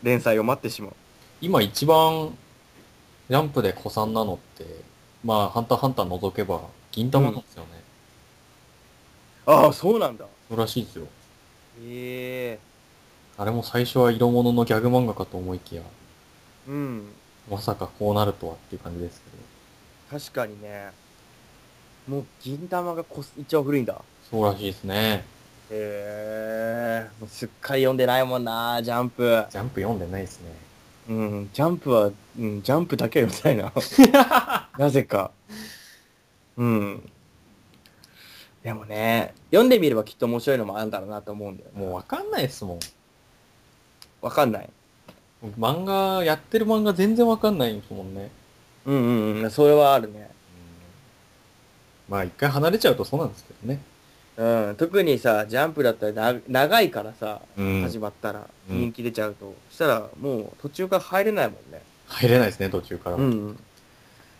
Speaker 2: 連載を待ってしまう。
Speaker 3: 今一番、ジャンプで古参なのって、まあ、ハンターハンター除けば、銀玉なんですよね。
Speaker 2: ああ、そうなんだ。
Speaker 3: そうらしいですよ。
Speaker 2: ええ
Speaker 3: あれも最初は色物のギャグ漫画かと思いきや、
Speaker 2: うん。
Speaker 3: まさかこうなるとはっていう感じですけど。
Speaker 2: 確かにね。もう、銀玉がこす一応古いんだ。
Speaker 3: そうらしいですね。
Speaker 2: ええもうすっかり読んでないもんな、ジャンプ。
Speaker 3: ジャンプ読んでないですね。
Speaker 2: うん、ジャンプは、うん、ジャンプだけは読みたいな。なぜか。うん。でもね、読んでみればきっと面白いのもあるんだろうなと思うんだよね。
Speaker 3: もうわかんないですもん。
Speaker 2: わかんない。
Speaker 3: 漫画、やってる漫画全然わかんないんですもんね。
Speaker 2: うんうんうん、それはあるね。
Speaker 3: まあ一回離れちゃうとそうなんですけどね。
Speaker 2: うん、特にさ、ジャンプだったらな長いからさ、
Speaker 3: うん
Speaker 2: 始まったら
Speaker 3: うん
Speaker 2: 人気出ちゃうと。そしたらもう途中から入れないもんね。
Speaker 3: 入れないですね、途中からは。
Speaker 2: うんうん。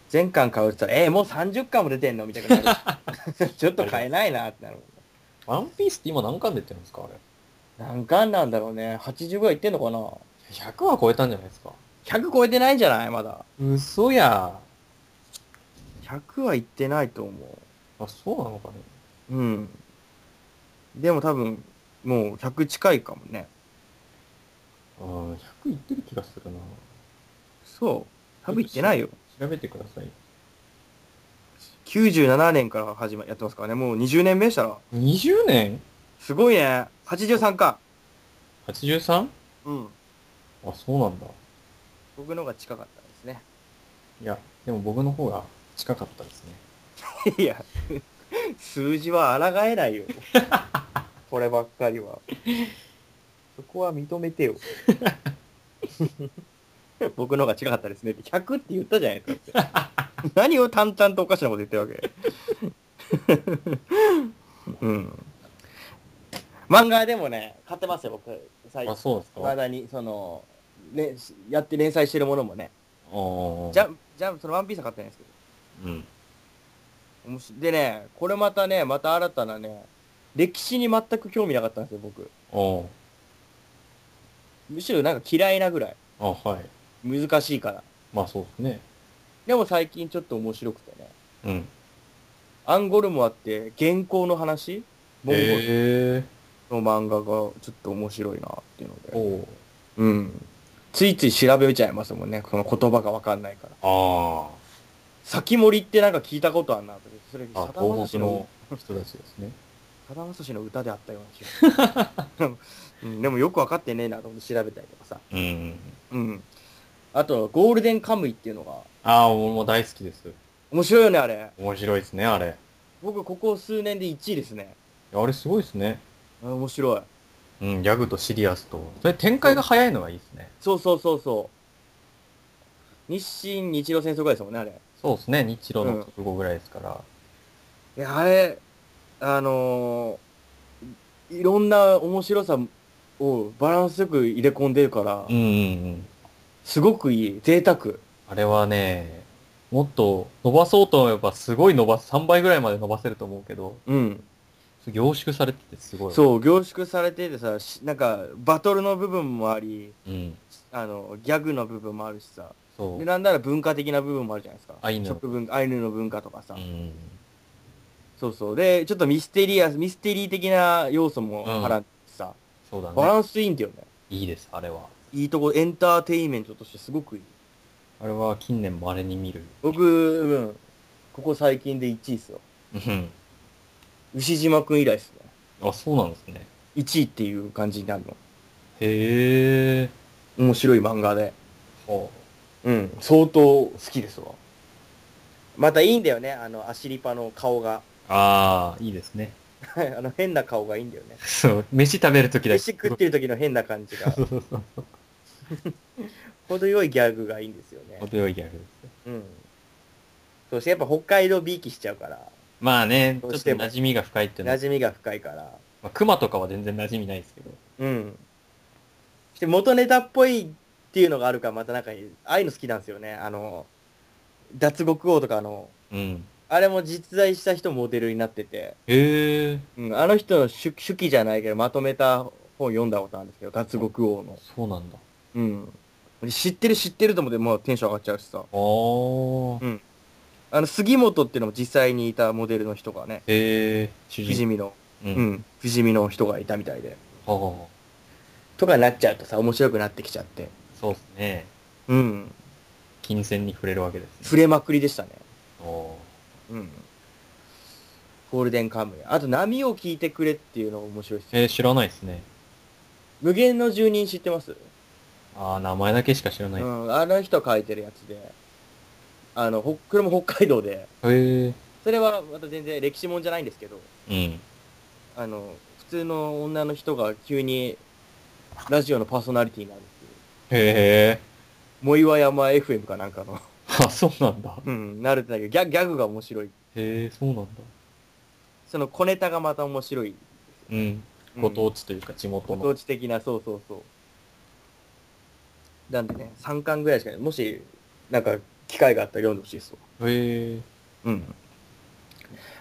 Speaker 2: 全巻買うって言ったら、えーもう30巻も出てんのみたい な。ちょっと買えないなってなるもんね。
Speaker 3: ワンピースって今何巻出てるんですかあれ。
Speaker 2: 何巻なんだろうね。80ぐらいいってんのかな
Speaker 3: 100は超えたんじゃないですか。
Speaker 2: ?100 超えてないんじゃないまだ。
Speaker 3: 嘘や。
Speaker 2: 100はいってないと思
Speaker 3: あ、そうなのかね。
Speaker 2: う。うん。でも多分、もう100近いかもね。
Speaker 3: うん、100いってる気がするな。
Speaker 2: そう。多分いってないよ。
Speaker 3: 調べてください。
Speaker 2: 97年から始ま、やってますからね。もう20年目でしたら。
Speaker 3: 20年
Speaker 2: すごいね。83か。
Speaker 3: ?83?
Speaker 2: うん。
Speaker 3: あ、そうなんだ。
Speaker 2: 僕の方が近かったですね。
Speaker 3: いや、でも僕の方が近かったですね。
Speaker 2: いや、数字は抗え ないよ。こればっかりは。そこは認めて よ。僕の方が近かったですねって。100って言ったじゃないですか。って何を淡々とおかしなこと言ってるわけ。 うん。漫画でもね、買ってますよ、僕。最
Speaker 3: あ、そうですか。
Speaker 2: まだに、その、ね、やって連載してるものもね。
Speaker 3: ああ。
Speaker 2: ジャン、ジャン、そのワンピースは買ってないんですけど。
Speaker 3: うん。
Speaker 2: 面白いでね、これまたね、また新たなね、歴史に全く興味なかったんですよ、僕。
Speaker 3: あ
Speaker 2: むしろなんか嫌いなぐらい。
Speaker 3: あ。あ、はい。
Speaker 2: 難しいから。
Speaker 3: まあそうですね。
Speaker 2: でも最近ちょっと面白くてね。
Speaker 3: うん。
Speaker 2: アンゴルモアって、原稿の話モンゴル
Speaker 3: へえ。
Speaker 2: の漫画がちょっと面白いなっていうので。
Speaker 3: おう
Speaker 2: うん。ついつい調べちゃいますもんね。この言葉がわかんないから。
Speaker 3: あ
Speaker 2: 先森ってなんか聞いたことあんなと思って。それ、
Speaker 3: あ。あ
Speaker 2: さ、だまさし
Speaker 3: 東北
Speaker 2: の
Speaker 3: の、人たちですね。
Speaker 2: さだまさしの歌であったような気 がうん。でもよくわかってねえなと思って調べたりとかさ。
Speaker 3: うん。
Speaker 2: うん。あと、ゴールデンカムイっていうのが、
Speaker 3: ああ、俺も大好きです。
Speaker 2: 面白いよね、あれ。
Speaker 3: 面白いですね、あれ。
Speaker 2: 僕、ここ数年で1位ですね。
Speaker 3: あれすごいですね。
Speaker 2: あ面白い。
Speaker 3: うん、ギャグとシリアスと。それ展開が早いのがいいですね。
Speaker 2: そうそうそうそう。日清日露戦争ぐらいですもんね、あれ。
Speaker 3: そうですね、日露の直後ぐらいですから。
Speaker 2: いや、あれ、あのーいいろんな面白さをバランスよく入れ込んでるから
Speaker 3: うん、、うん、うん。
Speaker 2: すごくいい。贅沢。
Speaker 3: あれはね、もっと伸ばそうと思えばすごい伸ばす、3倍ぐらいまで伸ばせると思うけど、
Speaker 2: うん。
Speaker 3: 凝縮されててすごい。う。
Speaker 2: そう、凝縮されててさ、しなんか、バトルの部分もあり、
Speaker 3: うん。
Speaker 2: あの、ギャグの部分もあるしさ、
Speaker 3: そう
Speaker 2: で、。なんなら文化的な部分もあるじゃないですか。
Speaker 3: アイヌの
Speaker 2: 食文アイヌの文化とかさ、
Speaker 3: うん。
Speaker 2: そうそう。で、ちょっとミステリアス、ミステリー的な要素も
Speaker 3: うん
Speaker 2: 払ってさ、
Speaker 3: そうだね。
Speaker 2: バランスいいんだよね。
Speaker 3: いいです、あれは。
Speaker 2: いいとこ、エンターテインメントとしてすごくいい。
Speaker 3: あれは近年稀に見る。
Speaker 2: 僕、うん、ここ最近で1位っすよ。
Speaker 3: うん。
Speaker 2: 牛島くん以来っすね。
Speaker 3: あ、そうなんですね。
Speaker 2: 1位っていう感じになるの。
Speaker 3: へえ。
Speaker 2: 面白い漫画で。
Speaker 3: は
Speaker 2: うん、相当好きですわ。またいいんだよね、あの、アシリパの顔が。
Speaker 3: あ。ああ、いいですね。
Speaker 2: はいあの、変な顔がいいんだよね。
Speaker 3: そう、飯食べるときだけ。
Speaker 2: 飯食ってる時の変な感じ が。
Speaker 3: そうそうそう。
Speaker 2: 程よいギャグがいいんですよね。
Speaker 3: 程よいギャグです。
Speaker 2: うん。そしてやっぱ北海道びいきしちゃうから、
Speaker 3: まあね、ち
Speaker 2: ど
Speaker 3: ょ
Speaker 2: う
Speaker 3: っと
Speaker 2: しても
Speaker 3: 馴染みが深いっていうのは
Speaker 2: 馴、染みが深いから。
Speaker 3: まあ、熊とかは全然馴染みないですけど。
Speaker 2: うん。そして元ネタっぽいっていうのがあるから、またなんかいい、ああいうの好きなんですよね。あの、脱獄王とかの、
Speaker 3: うん。
Speaker 2: あれも実在した人モデルになってて、
Speaker 3: へえ。
Speaker 2: うん、あの人の手手記じゃないけど、まとめた本読んだことあるんですけど、脱獄王の。
Speaker 3: そうなんだ。
Speaker 2: うん。知ってる知ってると思って、もうテンション上がっちゃうしさ。
Speaker 3: ああ。
Speaker 2: あの、杉本っていうのも実際にいたモデルの人がね、
Speaker 3: へえ。主
Speaker 2: 不死身の、
Speaker 3: う。
Speaker 2: うんん、不死身の人がいたみたいで。
Speaker 3: はあ。
Speaker 2: とかになっちゃうとさ、面白くなってきちゃって。
Speaker 3: そうですね。
Speaker 2: うん。
Speaker 3: 金銭に触れるわけです
Speaker 2: 触
Speaker 3: ね。
Speaker 2: れまくりでしたね。
Speaker 3: お
Speaker 2: うん。ゴールデンカムイ。あと、波を聞いてくれっていうのが面白いですよ。
Speaker 3: えー、知らないですね。
Speaker 2: 無限の住人知ってます、
Speaker 3: ああ、名前だけしか知らない。
Speaker 2: う
Speaker 3: へ
Speaker 2: ん。あの人書いてるやつで。あの、ほこれも北海道で。
Speaker 3: え。
Speaker 2: それはまた全然歴史もんじゃないんですけど、
Speaker 3: うん。
Speaker 2: あの、普通の女の人が急にラジオのパーソナリティになるっていう。
Speaker 3: へえ。
Speaker 2: 藻岩山 FM かなんかの。
Speaker 3: あ、そうなんだ。
Speaker 2: うん、なるってだけど、ギャギャグが面白い。
Speaker 3: へえ、そうなんだ。
Speaker 2: その小ネタがまた面白い。
Speaker 3: うん。
Speaker 2: うん
Speaker 3: ご当地というか地元
Speaker 2: ご
Speaker 3: の。
Speaker 2: 当地的な、そうそうそう。なんでね、3巻ぐらいしかない。もし、なんか、機会があったら読んでほしいですわ。
Speaker 3: へえ。
Speaker 2: うん。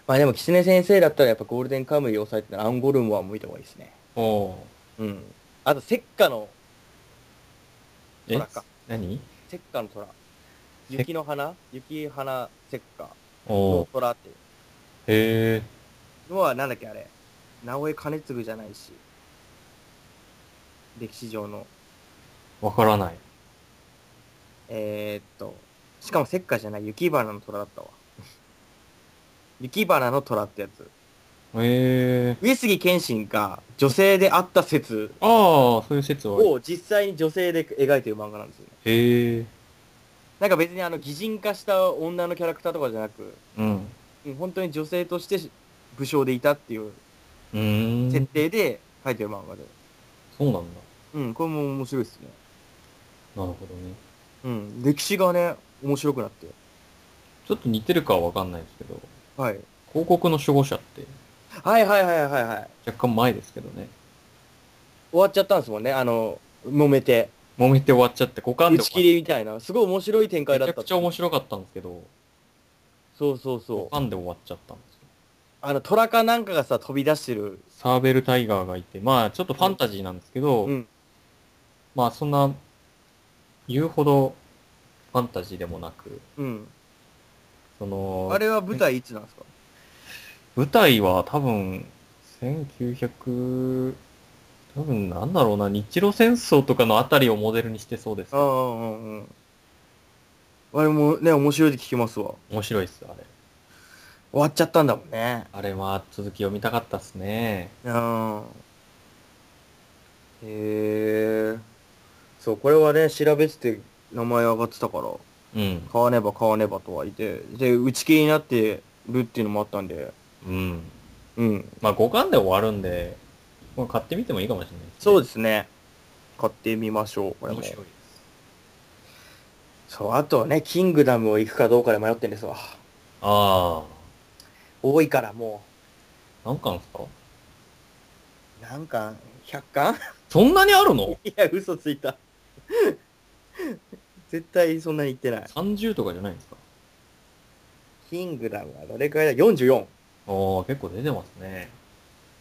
Speaker 2: まあでも、狐先生だったらやっぱゴールデンカムイを抑えてたらアンゴルモアも見た方がいいですね。
Speaker 3: おお。
Speaker 2: うん。あと、セッカの
Speaker 3: え
Speaker 2: トラか。
Speaker 3: 何
Speaker 2: セッカの虎。雪の花雪花セッカ
Speaker 3: お
Speaker 2: の
Speaker 3: ー
Speaker 2: 虎ってい
Speaker 3: へえ。
Speaker 2: うのは、なんだっけあれ。直江兼次じゃないし。歴史上の。
Speaker 3: わからない。
Speaker 2: えー、っと、しかもセッカじゃない雪花の虎だったわ。 雪花の虎ってやつ。
Speaker 3: へえ。
Speaker 2: 上杉謙信が女性であった説
Speaker 3: ああ、そういう説はある。
Speaker 2: を実際に女性で描いてる漫画なんですよね。
Speaker 3: へえ。
Speaker 2: なんか別にあの擬人化した女のキャラクターとかじゃなく、
Speaker 3: うん。
Speaker 2: うん本当に女性として武将でいたっていう
Speaker 3: うーん。
Speaker 2: 設定で書いてる漫画で。
Speaker 3: そうなんだ。
Speaker 2: うん、これも面白いですね。
Speaker 3: なるほどね。
Speaker 2: うん、歴史がね、面白くなって。
Speaker 3: ちょっと似てるかはわかんないですけど、
Speaker 2: はい。
Speaker 3: 広告の守護者って
Speaker 2: はいはいはいはいはい。
Speaker 3: 若干前ですけどね。
Speaker 2: 終わっちゃったんですもんね、あの、揉めて。
Speaker 3: 揉めて終わっちゃって、股間
Speaker 2: 打
Speaker 3: で
Speaker 2: ち切りみたいな。すごい面白い展開だ
Speaker 3: め
Speaker 2: っ
Speaker 3: ち
Speaker 2: た
Speaker 3: ゃ
Speaker 2: って
Speaker 3: くちゃ面白かったんですけど、
Speaker 2: そうそうそ
Speaker 3: 股
Speaker 2: う。
Speaker 3: 間で終わっちゃったんですよ。
Speaker 2: あの、虎かなんかがさ、飛び出してる。
Speaker 3: サーベルタイガーがいて、まあちょっとファンタジーなんですけど、
Speaker 2: うん。
Speaker 3: まあそんな、言うほどファンタジーでもなく、
Speaker 2: うん。
Speaker 3: その、
Speaker 2: あれは舞台いつなんですか
Speaker 3: 舞台は多分、1900、多分なんだろうな、日露戦争とかのあたりをモデルにしてそうで
Speaker 2: あ。
Speaker 3: す
Speaker 2: あ、うんうんうん。あれもね、面白いって聞きますわ。
Speaker 3: 面白いっす、あれ。
Speaker 2: 終わっちゃったんだもんね。
Speaker 3: あれは続き読みたかったっすね。
Speaker 2: うん。へえ。そう、これはね、調べてて名前上がってたから、
Speaker 3: うん。
Speaker 2: 買わねば買わねばとはいて、で、打ち切りになってるっていうのもあったんで、
Speaker 3: うん。
Speaker 2: うん。
Speaker 3: まあ五巻で終わるんで、まあ、買ってみてもいいかもしれないです、ね。
Speaker 2: そう
Speaker 3: で
Speaker 2: ですね。買ってみましょう、これも
Speaker 3: 面。白いで
Speaker 2: そう、あとはね、キングダムを行くかどうかで迷ってんですわ。
Speaker 3: す。あ
Speaker 2: 多いからも
Speaker 3: あ。何巻っすか
Speaker 2: う、なんか、100巻
Speaker 3: そんなにあるの
Speaker 2: いや、嘘ついた。 絶対そんなに言ってない。
Speaker 3: ?30 とかじゃないんですか
Speaker 2: キングダムはどれくらいだ ?44。
Speaker 3: ああ、結構出てますね。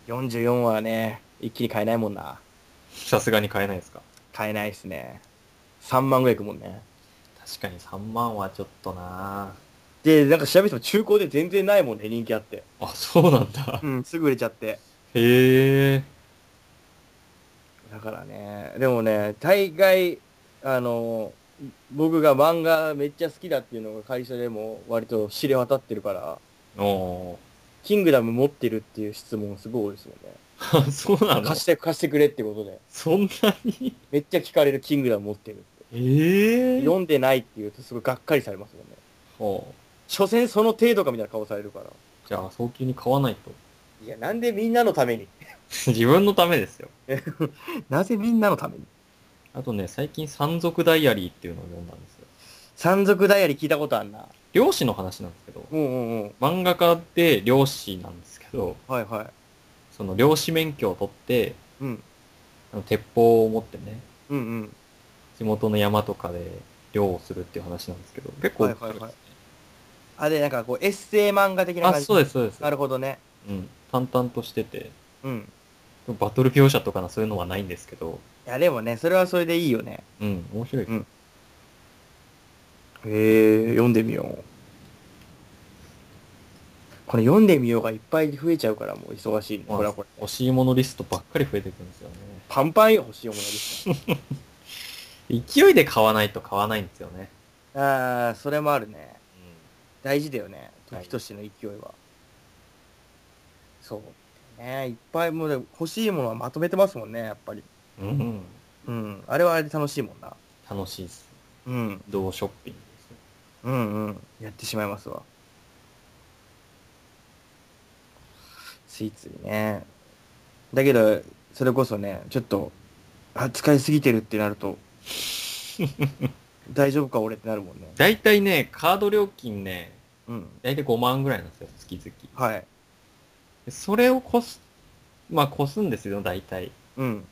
Speaker 2: 44はね、一気に買えないもんな。
Speaker 3: さすがに買えないですか
Speaker 2: 買えないっすね。3万ぐらいいくもんね。
Speaker 3: 確かに3万はちょっとな
Speaker 2: で、なんか調べても中古で全然ないもんね、人気あって。
Speaker 3: あ、そうなんだ。
Speaker 2: うん、すぐ売れちゃって。
Speaker 3: へえ。
Speaker 2: だからね、でもね、大概、あの、僕が漫画めっちゃ好きだっていうのが会社でも割と知れ渡ってるから、
Speaker 3: お
Speaker 2: キングダム持ってるっていう質問すごい多いですもんね。
Speaker 3: ー そうなの
Speaker 2: 貸して、貸してくれってことで。
Speaker 3: そんな に
Speaker 2: めっちゃ聞かれるキングダム持ってるって。
Speaker 3: ええ
Speaker 2: 読んでないって言うとすごいがっかりされますもんね。
Speaker 3: ほ
Speaker 2: 所詮その程度かみたいな顔されるから。
Speaker 3: うじゃあ、早急に買わないと。
Speaker 2: いや、なんでみんなのために
Speaker 3: 自分のためですよ。
Speaker 2: なぜみんなのために
Speaker 3: あとね、最近、山賊ダイアリーっていうのを読んだんですよ。
Speaker 2: 山賊ダイアリー聞いたことあんな。
Speaker 3: 漁師の話なんですけど、
Speaker 2: うんうんうん。
Speaker 3: 漫画家で漁師なんですけど、
Speaker 2: はいはい。
Speaker 3: その漁師免許を取って、
Speaker 2: うん。
Speaker 3: あの鉄砲を持ってね、
Speaker 2: うんうん。
Speaker 3: 地元の山とかで漁をするっていう話なんですけど、結構、
Speaker 2: はいはいはいあ、で、なんかこう、エッセイ漫画的な
Speaker 3: あ、
Speaker 2: 感じ。
Speaker 3: そうです、そうです。
Speaker 2: なるほどね。
Speaker 3: うん。淡々としてて、
Speaker 2: うん。
Speaker 3: バトル描写とかのそういうのはないんですけど、
Speaker 2: いや、でもね、それはそれでいいよね。
Speaker 3: うん、面白い。
Speaker 2: うんへえ、読んでみよう。これ読んでみようがいっぱい増えちゃうから、もう忙しいね。
Speaker 3: まあ
Speaker 2: これはこれ。
Speaker 3: 欲しいものリストばっかり増えていくんですよね。
Speaker 2: パンパンよ、欲しいものです。
Speaker 3: 勢いで買わないと買わないんですよね。
Speaker 2: ああ、それもあるね。
Speaker 3: う
Speaker 2: 大事だよね
Speaker 3: はい
Speaker 2: 時としての勢いは、そうねいっぱいもうでも欲しいものはまとめてますもんねやっぱり
Speaker 3: ん。うん。
Speaker 2: うんあれはあれで楽しいもんな
Speaker 3: 楽しいです。
Speaker 2: うん
Speaker 3: どうショッピングですね。
Speaker 2: うんうんやってしまいますわスイーツねだけどそれこそねちょっとあ使いすぎてるってなる と大丈夫か俺ってなるもんね
Speaker 3: だいたいね、カード料金ね、
Speaker 2: うん
Speaker 3: だいたい5万ぐらいなんですよ、月々。
Speaker 2: はい
Speaker 3: でそれを越す、まあ越すんですよ、だいたい。う
Speaker 2: うん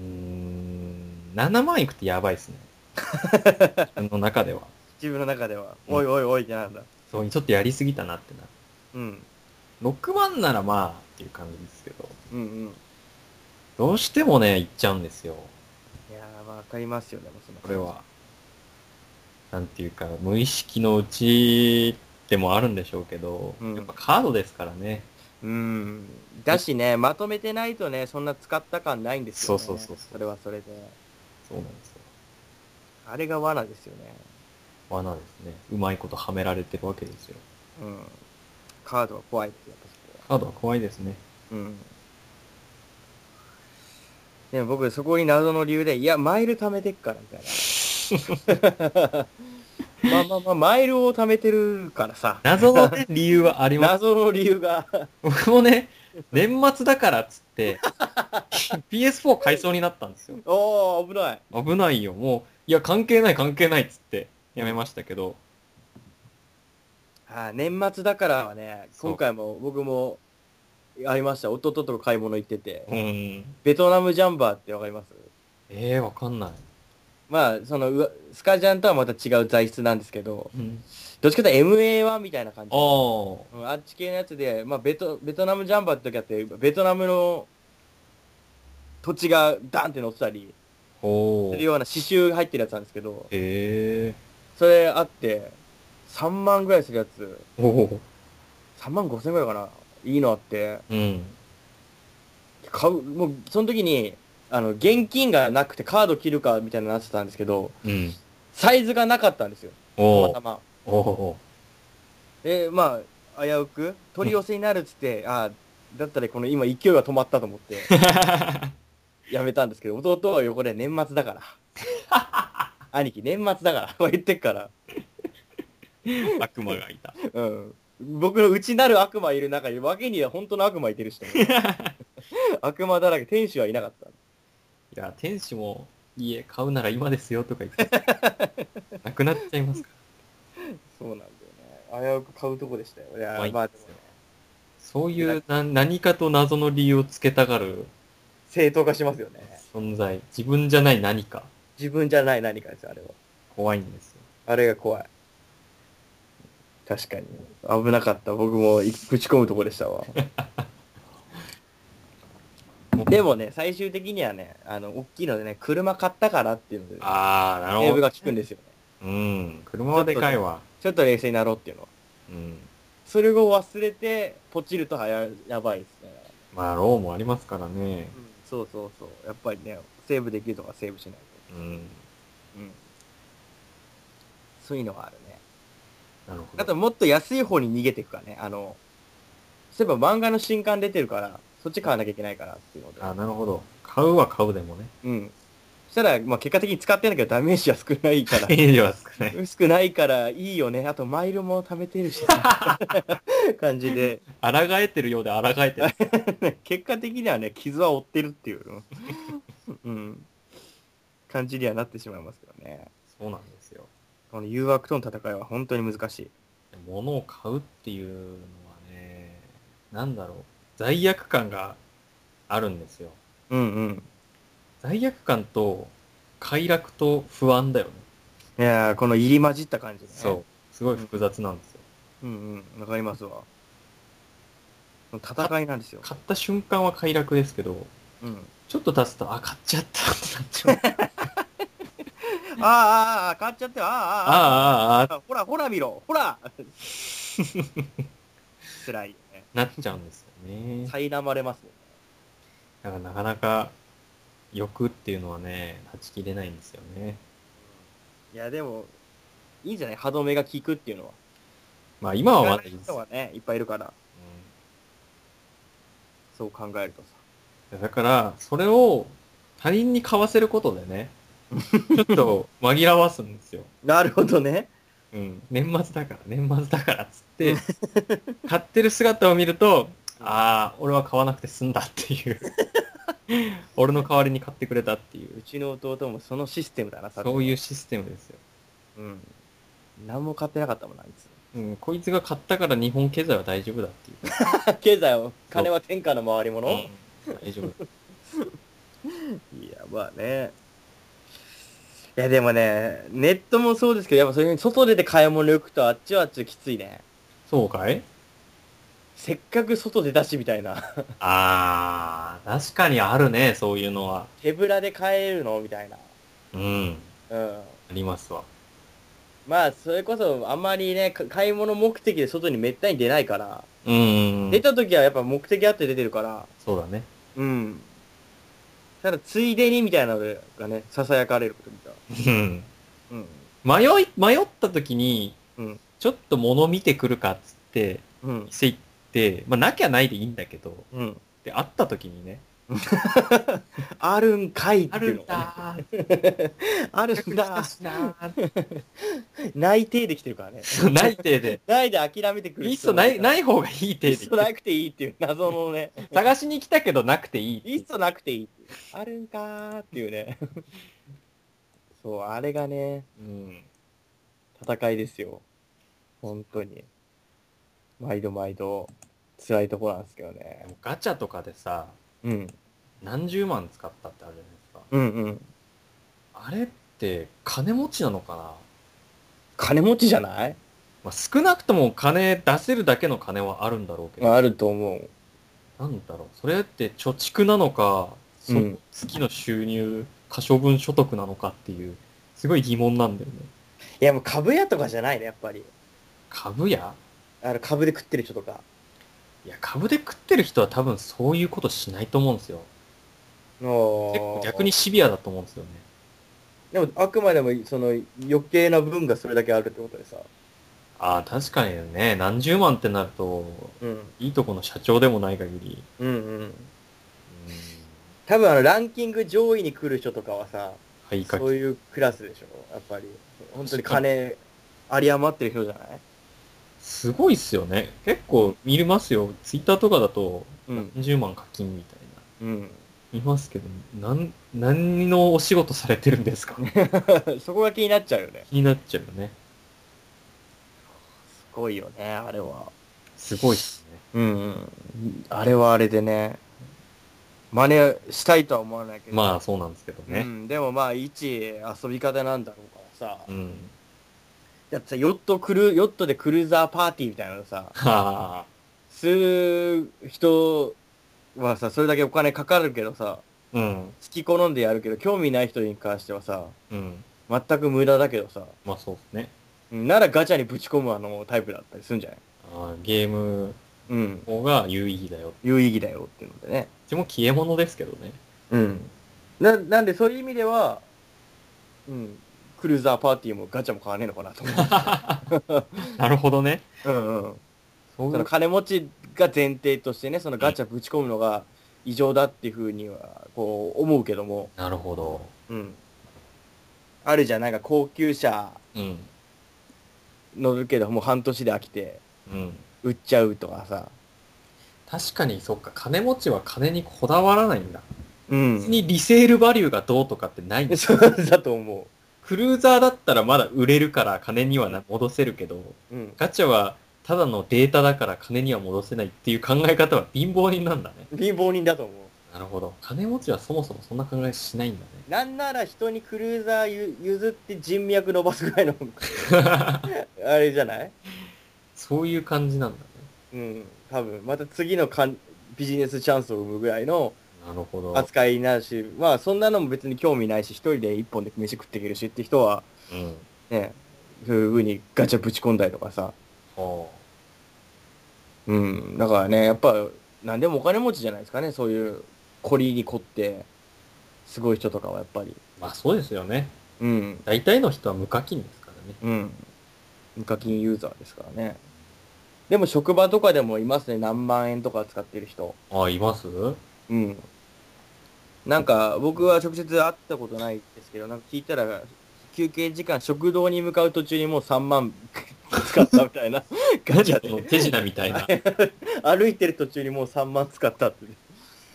Speaker 3: ーん、7万いくってやばいで すね。自分の中では。
Speaker 2: 自分の中では、
Speaker 3: うん
Speaker 2: おいおいおいってなるんだ
Speaker 3: そう、ちょっとやりすぎたなってな。
Speaker 2: うん
Speaker 3: 6万ならまあっていう感じですけど、
Speaker 2: うんうん。
Speaker 3: どうしてもね、行っちゃうんですよ。
Speaker 2: いやー、わかりますよ、でもその。
Speaker 3: これは。なんていうか、無意識のうちでもあるんでしょうけど、
Speaker 2: うん
Speaker 3: やっぱカードですからね。
Speaker 2: うん。だしね、まとめてないとね、そんな使った感ないんですよ、ね。
Speaker 3: そうそうそうそう
Speaker 2: それはそれで。
Speaker 3: そうなんですよ。
Speaker 2: あれが罠ですよね。
Speaker 3: 罠ですね。うまいことはめられてるわけですよ。
Speaker 2: うん。カードは怖いって、やっぱそこは
Speaker 3: カードは怖いですね。
Speaker 2: うん。でも僕、そこに謎の理由で、いや、マイル貯めてっから、みたい な。まあまあまあ、マイルを貯めてるからさ。
Speaker 3: 謎の、ね、理由はあ ります。
Speaker 2: 謎の理由が。
Speaker 3: 僕もね、年末だからっつって、PS4 買いそうになったんですよ。
Speaker 2: おー、危ない。
Speaker 3: 危ないよ、もう、いや、関係ない、関係ないっつって、やめましたけど、
Speaker 2: あー年末だからはね、
Speaker 3: そう
Speaker 2: 今回も僕も、ありました。弟と買い物行ってて、
Speaker 3: うん。
Speaker 2: ベトナムジャンバーってわかります
Speaker 3: ええー、わかんない。
Speaker 2: まあ、そのうわ、スカジャンとはまた違う材質なんですけど、
Speaker 3: うん。
Speaker 2: どっちかというと MA1 みたいな感じ
Speaker 3: あ。あ。
Speaker 2: うんあっち系のやつで、まあ、ベトベトナムジャンバーって時あってベトナムの土地がダンって乗ってたりす
Speaker 3: おお。
Speaker 2: る
Speaker 3: へ
Speaker 2: ような刺繍入ってるやつなんですけど
Speaker 3: え。
Speaker 2: それあって3万ぐらいするやつ
Speaker 3: おお。
Speaker 2: 3万5千ぐらいかないいのあって
Speaker 3: うん。
Speaker 2: 買うもうその時にあの現金がなくてカード切るかみたいになってたんですけど
Speaker 3: うん。
Speaker 2: サイズがなかったんですよた
Speaker 3: お
Speaker 2: ま
Speaker 3: お
Speaker 2: た。ま
Speaker 3: おお。
Speaker 2: でまあ危うく取り寄せになるっつって、ああだったらこの今勢いが止まったと思ってやめたんですけど、弟は横で年末だから。兄貴、年末だから。こう言ってっから。
Speaker 3: 悪魔がいた。
Speaker 2: うん。僕の内なる悪魔いる中に、脇には本当の悪魔いてるしと思って。悪魔だらけ、天使はいなかった。
Speaker 3: いや、天使も、家買うなら今ですよとか言って、 なくなっちゃいますから。
Speaker 2: そうなんだよね。危うく買うとこでしたよ。いや
Speaker 3: まあい
Speaker 2: ー、
Speaker 3: い
Speaker 2: まあ、
Speaker 3: ですよそういうな何かと謎の理由をつけたがる
Speaker 2: 正当化しますよね。
Speaker 3: 存在、自分じゃない何か、
Speaker 2: 自分じゃない何かですよ、あれは。
Speaker 3: 怖いんですよ。
Speaker 2: あれが怖い。確かに。危なかった。僕もいぶち込むとこでした わ。でもね、最終的にはね、あの、大きいのでね、車買ったからっていうので、ね、
Speaker 3: ああ、な
Speaker 2: セーブが効くんですよね。
Speaker 3: うん。車はでかいわ。
Speaker 2: ちょっと冷静になろうっていうのは。
Speaker 3: うん。
Speaker 2: それを忘れて、ポチるとはややばいですね。
Speaker 3: まあ、ローもありますからね。
Speaker 2: そうそうそう。やっぱりね、セーブできるとかセーブしない
Speaker 3: うん。
Speaker 2: と。うん。そういうのがあるね。
Speaker 3: なるほど。
Speaker 2: あともっと安い方に逃げていくかね。あの、そういえば漫画の新刊出てるから、そっち買わなきゃいけないからっていうので。
Speaker 3: あ、なるほど。買うは買うでもね。。
Speaker 2: うん。そしたら、まあ結果的に使ってんだけどダメージは少ないから
Speaker 3: いいは少ない。
Speaker 2: 薄くないからいいよね。あとマイルも貯めてるし。感じで。
Speaker 3: 抗えてるようで抗 えてる。
Speaker 2: 結果的にはね、傷は負ってるっていう。うん。感じにはなってしまいますけどね。
Speaker 3: そうなんですよ。
Speaker 2: この誘惑との戦いは本当に難しい。
Speaker 3: 物を買うっていうのはね、なんだろう。罪悪感があるんですよ。
Speaker 2: うんうん。
Speaker 3: 罪悪感と快楽と不安だよね。
Speaker 2: いやー、この入り混じった感じね。
Speaker 3: そう。すごい複雑なんですよ。
Speaker 2: うんうん、わかりますわ。戦いなんですよ。
Speaker 3: 買った瞬間は快楽ですけど、
Speaker 2: うん。
Speaker 3: ちょっと経つと、あ、買っちゃったってなっ ちゃう。
Speaker 2: あーあー、ああ、買っちゃってよ、あーあ
Speaker 3: ああ、あ
Speaker 2: ー、ああ、ほら、ほら見ろ、ほら 辛いよね。
Speaker 3: あ、なっちゃうんですよね。
Speaker 2: 苛まれますね。
Speaker 3: だからなかなか欲っていうのはね、断ち切れないんですよね。
Speaker 2: いや、でも、いいんじゃない歯止めが効くっていうのは。
Speaker 3: まあ今はまだいいです
Speaker 2: 人
Speaker 3: よ、
Speaker 2: はね、いっぱいいるから、
Speaker 3: う
Speaker 2: そう考えるとさ。
Speaker 3: んだから、それを他人に買わせることでね、ちょっと紛らわすんですよ。
Speaker 2: なるほどね。
Speaker 3: うん。年末だから、年末だからっつって、買ってる姿を見ると、ああ、俺は買わなくて済んだっていう。俺の代わりに買ってくれたっていう
Speaker 2: う。ちの弟もそのシステムだな、さ。
Speaker 3: そういううシステムですよ。
Speaker 2: うん。何も買ってなかったもんな、あいつ。
Speaker 3: うん、こいつが買ったから日本経済は大丈夫だっていう。
Speaker 2: 経済を、金は天下の回り物、
Speaker 3: うん大丈夫。
Speaker 2: いや、まあね。いや、でもね、ネットもそうですけど、やっぱそういうふうに外出て買い物行くとあっちはあっちできついね。
Speaker 3: そうかい
Speaker 2: せっかく外出たしみたいな、
Speaker 3: あー、確かにあるね、そういうのは。
Speaker 2: 手ぶらで帰るのみたいな。
Speaker 3: うん、
Speaker 2: うん。
Speaker 3: ありますわ。
Speaker 2: まあ、それこそ、あんまりね、か買い物目的で外にめったに出ないから、
Speaker 3: うんうんう
Speaker 2: 出
Speaker 3: ん。
Speaker 2: た時はやっぱ目的あって出てるから、
Speaker 3: そうだね。
Speaker 2: うん。ただ、ついでにみたいなのがね、囁かれることみたい。
Speaker 3: うん
Speaker 2: うん。
Speaker 3: 迷い、迷った時に、
Speaker 2: うん
Speaker 3: ちょっと物見てくるかっつって、
Speaker 2: うん。
Speaker 3: 店行って、まあ、なきゃないでいいんだけど、
Speaker 2: うん。
Speaker 3: で、会った時 にね、
Speaker 2: あるんかいっていうの。
Speaker 3: ー、
Speaker 2: あるんだ。内定できてるからね。
Speaker 3: そうない体で。
Speaker 2: ないで諦めてくる
Speaker 3: いっそない、
Speaker 2: い。
Speaker 3: ない方がいい
Speaker 2: い
Speaker 3: 体
Speaker 2: っ
Speaker 3: で
Speaker 2: そ。なくていいっていう謎のね。
Speaker 3: 探しに来たけどなくていいって
Speaker 2: い
Speaker 3: い
Speaker 2: っそなくていいっていう。あるんかーっていうね。 そう、あれがね、
Speaker 3: う。うん。
Speaker 2: 戦いですよ。本当に。毎度毎度、辛いところなんですけどね。
Speaker 3: ガチャとかでさ、
Speaker 2: うん。
Speaker 3: 何十万使ったってあるじゃないですか。
Speaker 2: うんうん。
Speaker 3: あれって金持ちなのかな、
Speaker 2: 金持ちじゃない
Speaker 3: まあ、少なくとも金出せるだけの金はあるんだろうけど、
Speaker 2: まあ、あると思う。
Speaker 3: なんだろう。それって貯蓄なのか、そ
Speaker 2: うん
Speaker 3: 月の収入、可処分所得なのかっていう、すごい疑問なんだよね。
Speaker 2: いや、もう株屋とかじゃないね、やっぱり。
Speaker 3: 株や
Speaker 2: あの、株で食ってる人とか。
Speaker 3: いや、株で食ってる人は多分そういうことしないと思うんですよ。結
Speaker 2: の
Speaker 3: 構逆に。シビアだと思うんですよね。
Speaker 2: でも、あくまでも、その、余計な分がそれだけあるってことでさ。
Speaker 3: ああ、確かにね、何十万ってなると、
Speaker 2: うん。
Speaker 3: いいとこの社長でもない限り。
Speaker 2: うんうん。
Speaker 3: うん、
Speaker 2: 多分あの、ランキング上位に来る人とかはさ、
Speaker 3: はい、か
Speaker 2: そういうクラスでしょ、やっぱり。本当に金、あり余ってる人じゃない
Speaker 3: すごいっすよね。結構見ますよ。ツイッターとかだと、
Speaker 2: うん。
Speaker 3: 何十万課金みたいな。
Speaker 2: うん。
Speaker 3: 見ますけど、なん、何のお仕事されてるんですか
Speaker 2: そこが気になっちゃうよね。
Speaker 3: 気になっちゃうよね。
Speaker 2: すごいよね、あれは。
Speaker 3: すごいっす
Speaker 2: うん、
Speaker 3: ね。
Speaker 2: うん。あれはあれでね、真似したいとは思わないけど。
Speaker 3: まあ、そうなんですけど
Speaker 2: う
Speaker 3: ね。
Speaker 2: ん、でもまあ、一遊び方なんだろうからさ。
Speaker 3: うん。
Speaker 2: だってさ、ヨットクル、ヨットでクルーザーパーティーみたいなのさ、
Speaker 3: はあ。
Speaker 2: する人はさ、それだけお金かかるけどさ、
Speaker 3: うん。
Speaker 2: 好き好んでやるけど、興味ない人に関してはさ、
Speaker 3: うん。
Speaker 2: 全く無駄だけどさ、
Speaker 3: まあ、そうですね。
Speaker 2: うんならガチャにぶち込むあのタイプだったりするんじゃない
Speaker 3: あーゲーム
Speaker 2: うん。
Speaker 3: の方が有意義だよ。
Speaker 2: 有意義だよっていうのでね。
Speaker 3: うちも消え物ですけどね。
Speaker 2: うん。な、なんでそういう意味では、うん。クルーザーパーティーもガチャも買わねえのかなと思って。
Speaker 3: なるほどね。
Speaker 2: うんうん。
Speaker 3: そう
Speaker 2: そ
Speaker 3: い
Speaker 2: の
Speaker 3: う
Speaker 2: 金持ちが前提としてね、そのガチャぶち込むのが異常だっていうふうには、こう思うけども、
Speaker 3: なるほど。
Speaker 2: うん。あるじゃん、なんか高級車
Speaker 3: うん。
Speaker 2: 乗るけど、もう半年で飽きて、
Speaker 3: うん。
Speaker 2: 売っちゃうとかさ。
Speaker 3: 確かに、そっか、金持ちは金にこだわらないんだ。
Speaker 2: う
Speaker 3: 別
Speaker 2: ん。
Speaker 3: にリセールバリューがどうとかってないんだ。
Speaker 2: そうだと思
Speaker 3: クルーザーだったらまだ売れるから金にはな戻せるけど、
Speaker 2: う。うん。
Speaker 3: ガチャはただのデータだから金には戻せないっていう考え方は貧乏人なんだね。
Speaker 2: 貧乏人だと思う。
Speaker 3: なるほど。金持ちはそもそもそんな考えしないんだ
Speaker 2: なんなら人にクルーザーゆ譲って人脈伸ばすぐらいの
Speaker 3: ね。
Speaker 2: あれじゃない
Speaker 3: そういう感じなんだね。
Speaker 2: うん多分また次のかんビジネスチャンスを生むぐらいの
Speaker 3: なるほど。
Speaker 2: 扱いになるしまあそんなのも別に興味ないし一人で一本で飯食っていけるしって人は
Speaker 3: うん。
Speaker 2: ねそういう風にガチャぶち込んだりとかさ
Speaker 3: ほ
Speaker 2: うんだからねやっぱ何でもお金持ちじゃないですかねそういう凝りに凝ってすごい人とかはやっぱり
Speaker 3: う。まあそうですよね。
Speaker 2: うん
Speaker 3: 大体の人は無課金ですからね。
Speaker 2: うん。無課金ユーザーですからね。でも職場とかでもいますね。何万円とか使ってる人。
Speaker 3: あ、いますうん。
Speaker 2: うん。なんか、僕は直接会ったことないですけど、なんか聞いたら、休憩時間、食堂に向かう途中にもう3万使ったみたいな。ガチャで。
Speaker 3: 手品みた いな。
Speaker 2: 歩いてる途中にもう3万使ったって。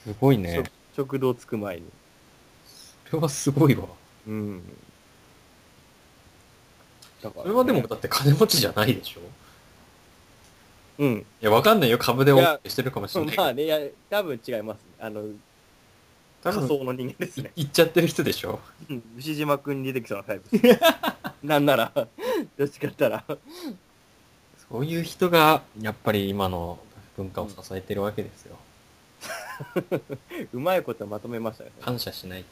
Speaker 3: すごいね。
Speaker 2: 食堂着く前に。
Speaker 3: それはすごいわ。
Speaker 2: うん。だからね
Speaker 3: それはでも、だって金持ちじゃないでしょい
Speaker 2: うん。
Speaker 3: や、わかんないよ。株で
Speaker 2: いや
Speaker 3: OK してるかもしれないけど。
Speaker 2: まあね、いや多分違います、ね。あの、
Speaker 3: 多分
Speaker 2: 仮想の人間ですね。
Speaker 3: い行っちゃってる人でしょ
Speaker 2: うん牛島くんに出てきそうなタイプです。 なんなら、どっちかって言ったら。
Speaker 3: そういう人が、やっぱり今の文化を支えてるわけですよ。
Speaker 2: うまいことまとめましたよね。
Speaker 3: 感謝しない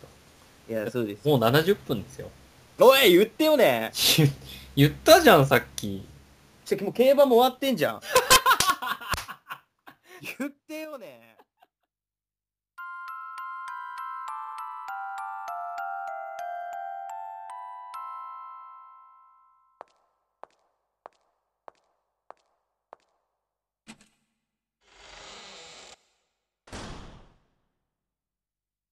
Speaker 3: と。
Speaker 2: いや、そうです。
Speaker 3: もう70分ですよ。
Speaker 2: おい、言ってよね。
Speaker 3: 言言ったじゃん、さっき。
Speaker 2: ちょ、もう競馬も終わってんじゃん。言ってよね。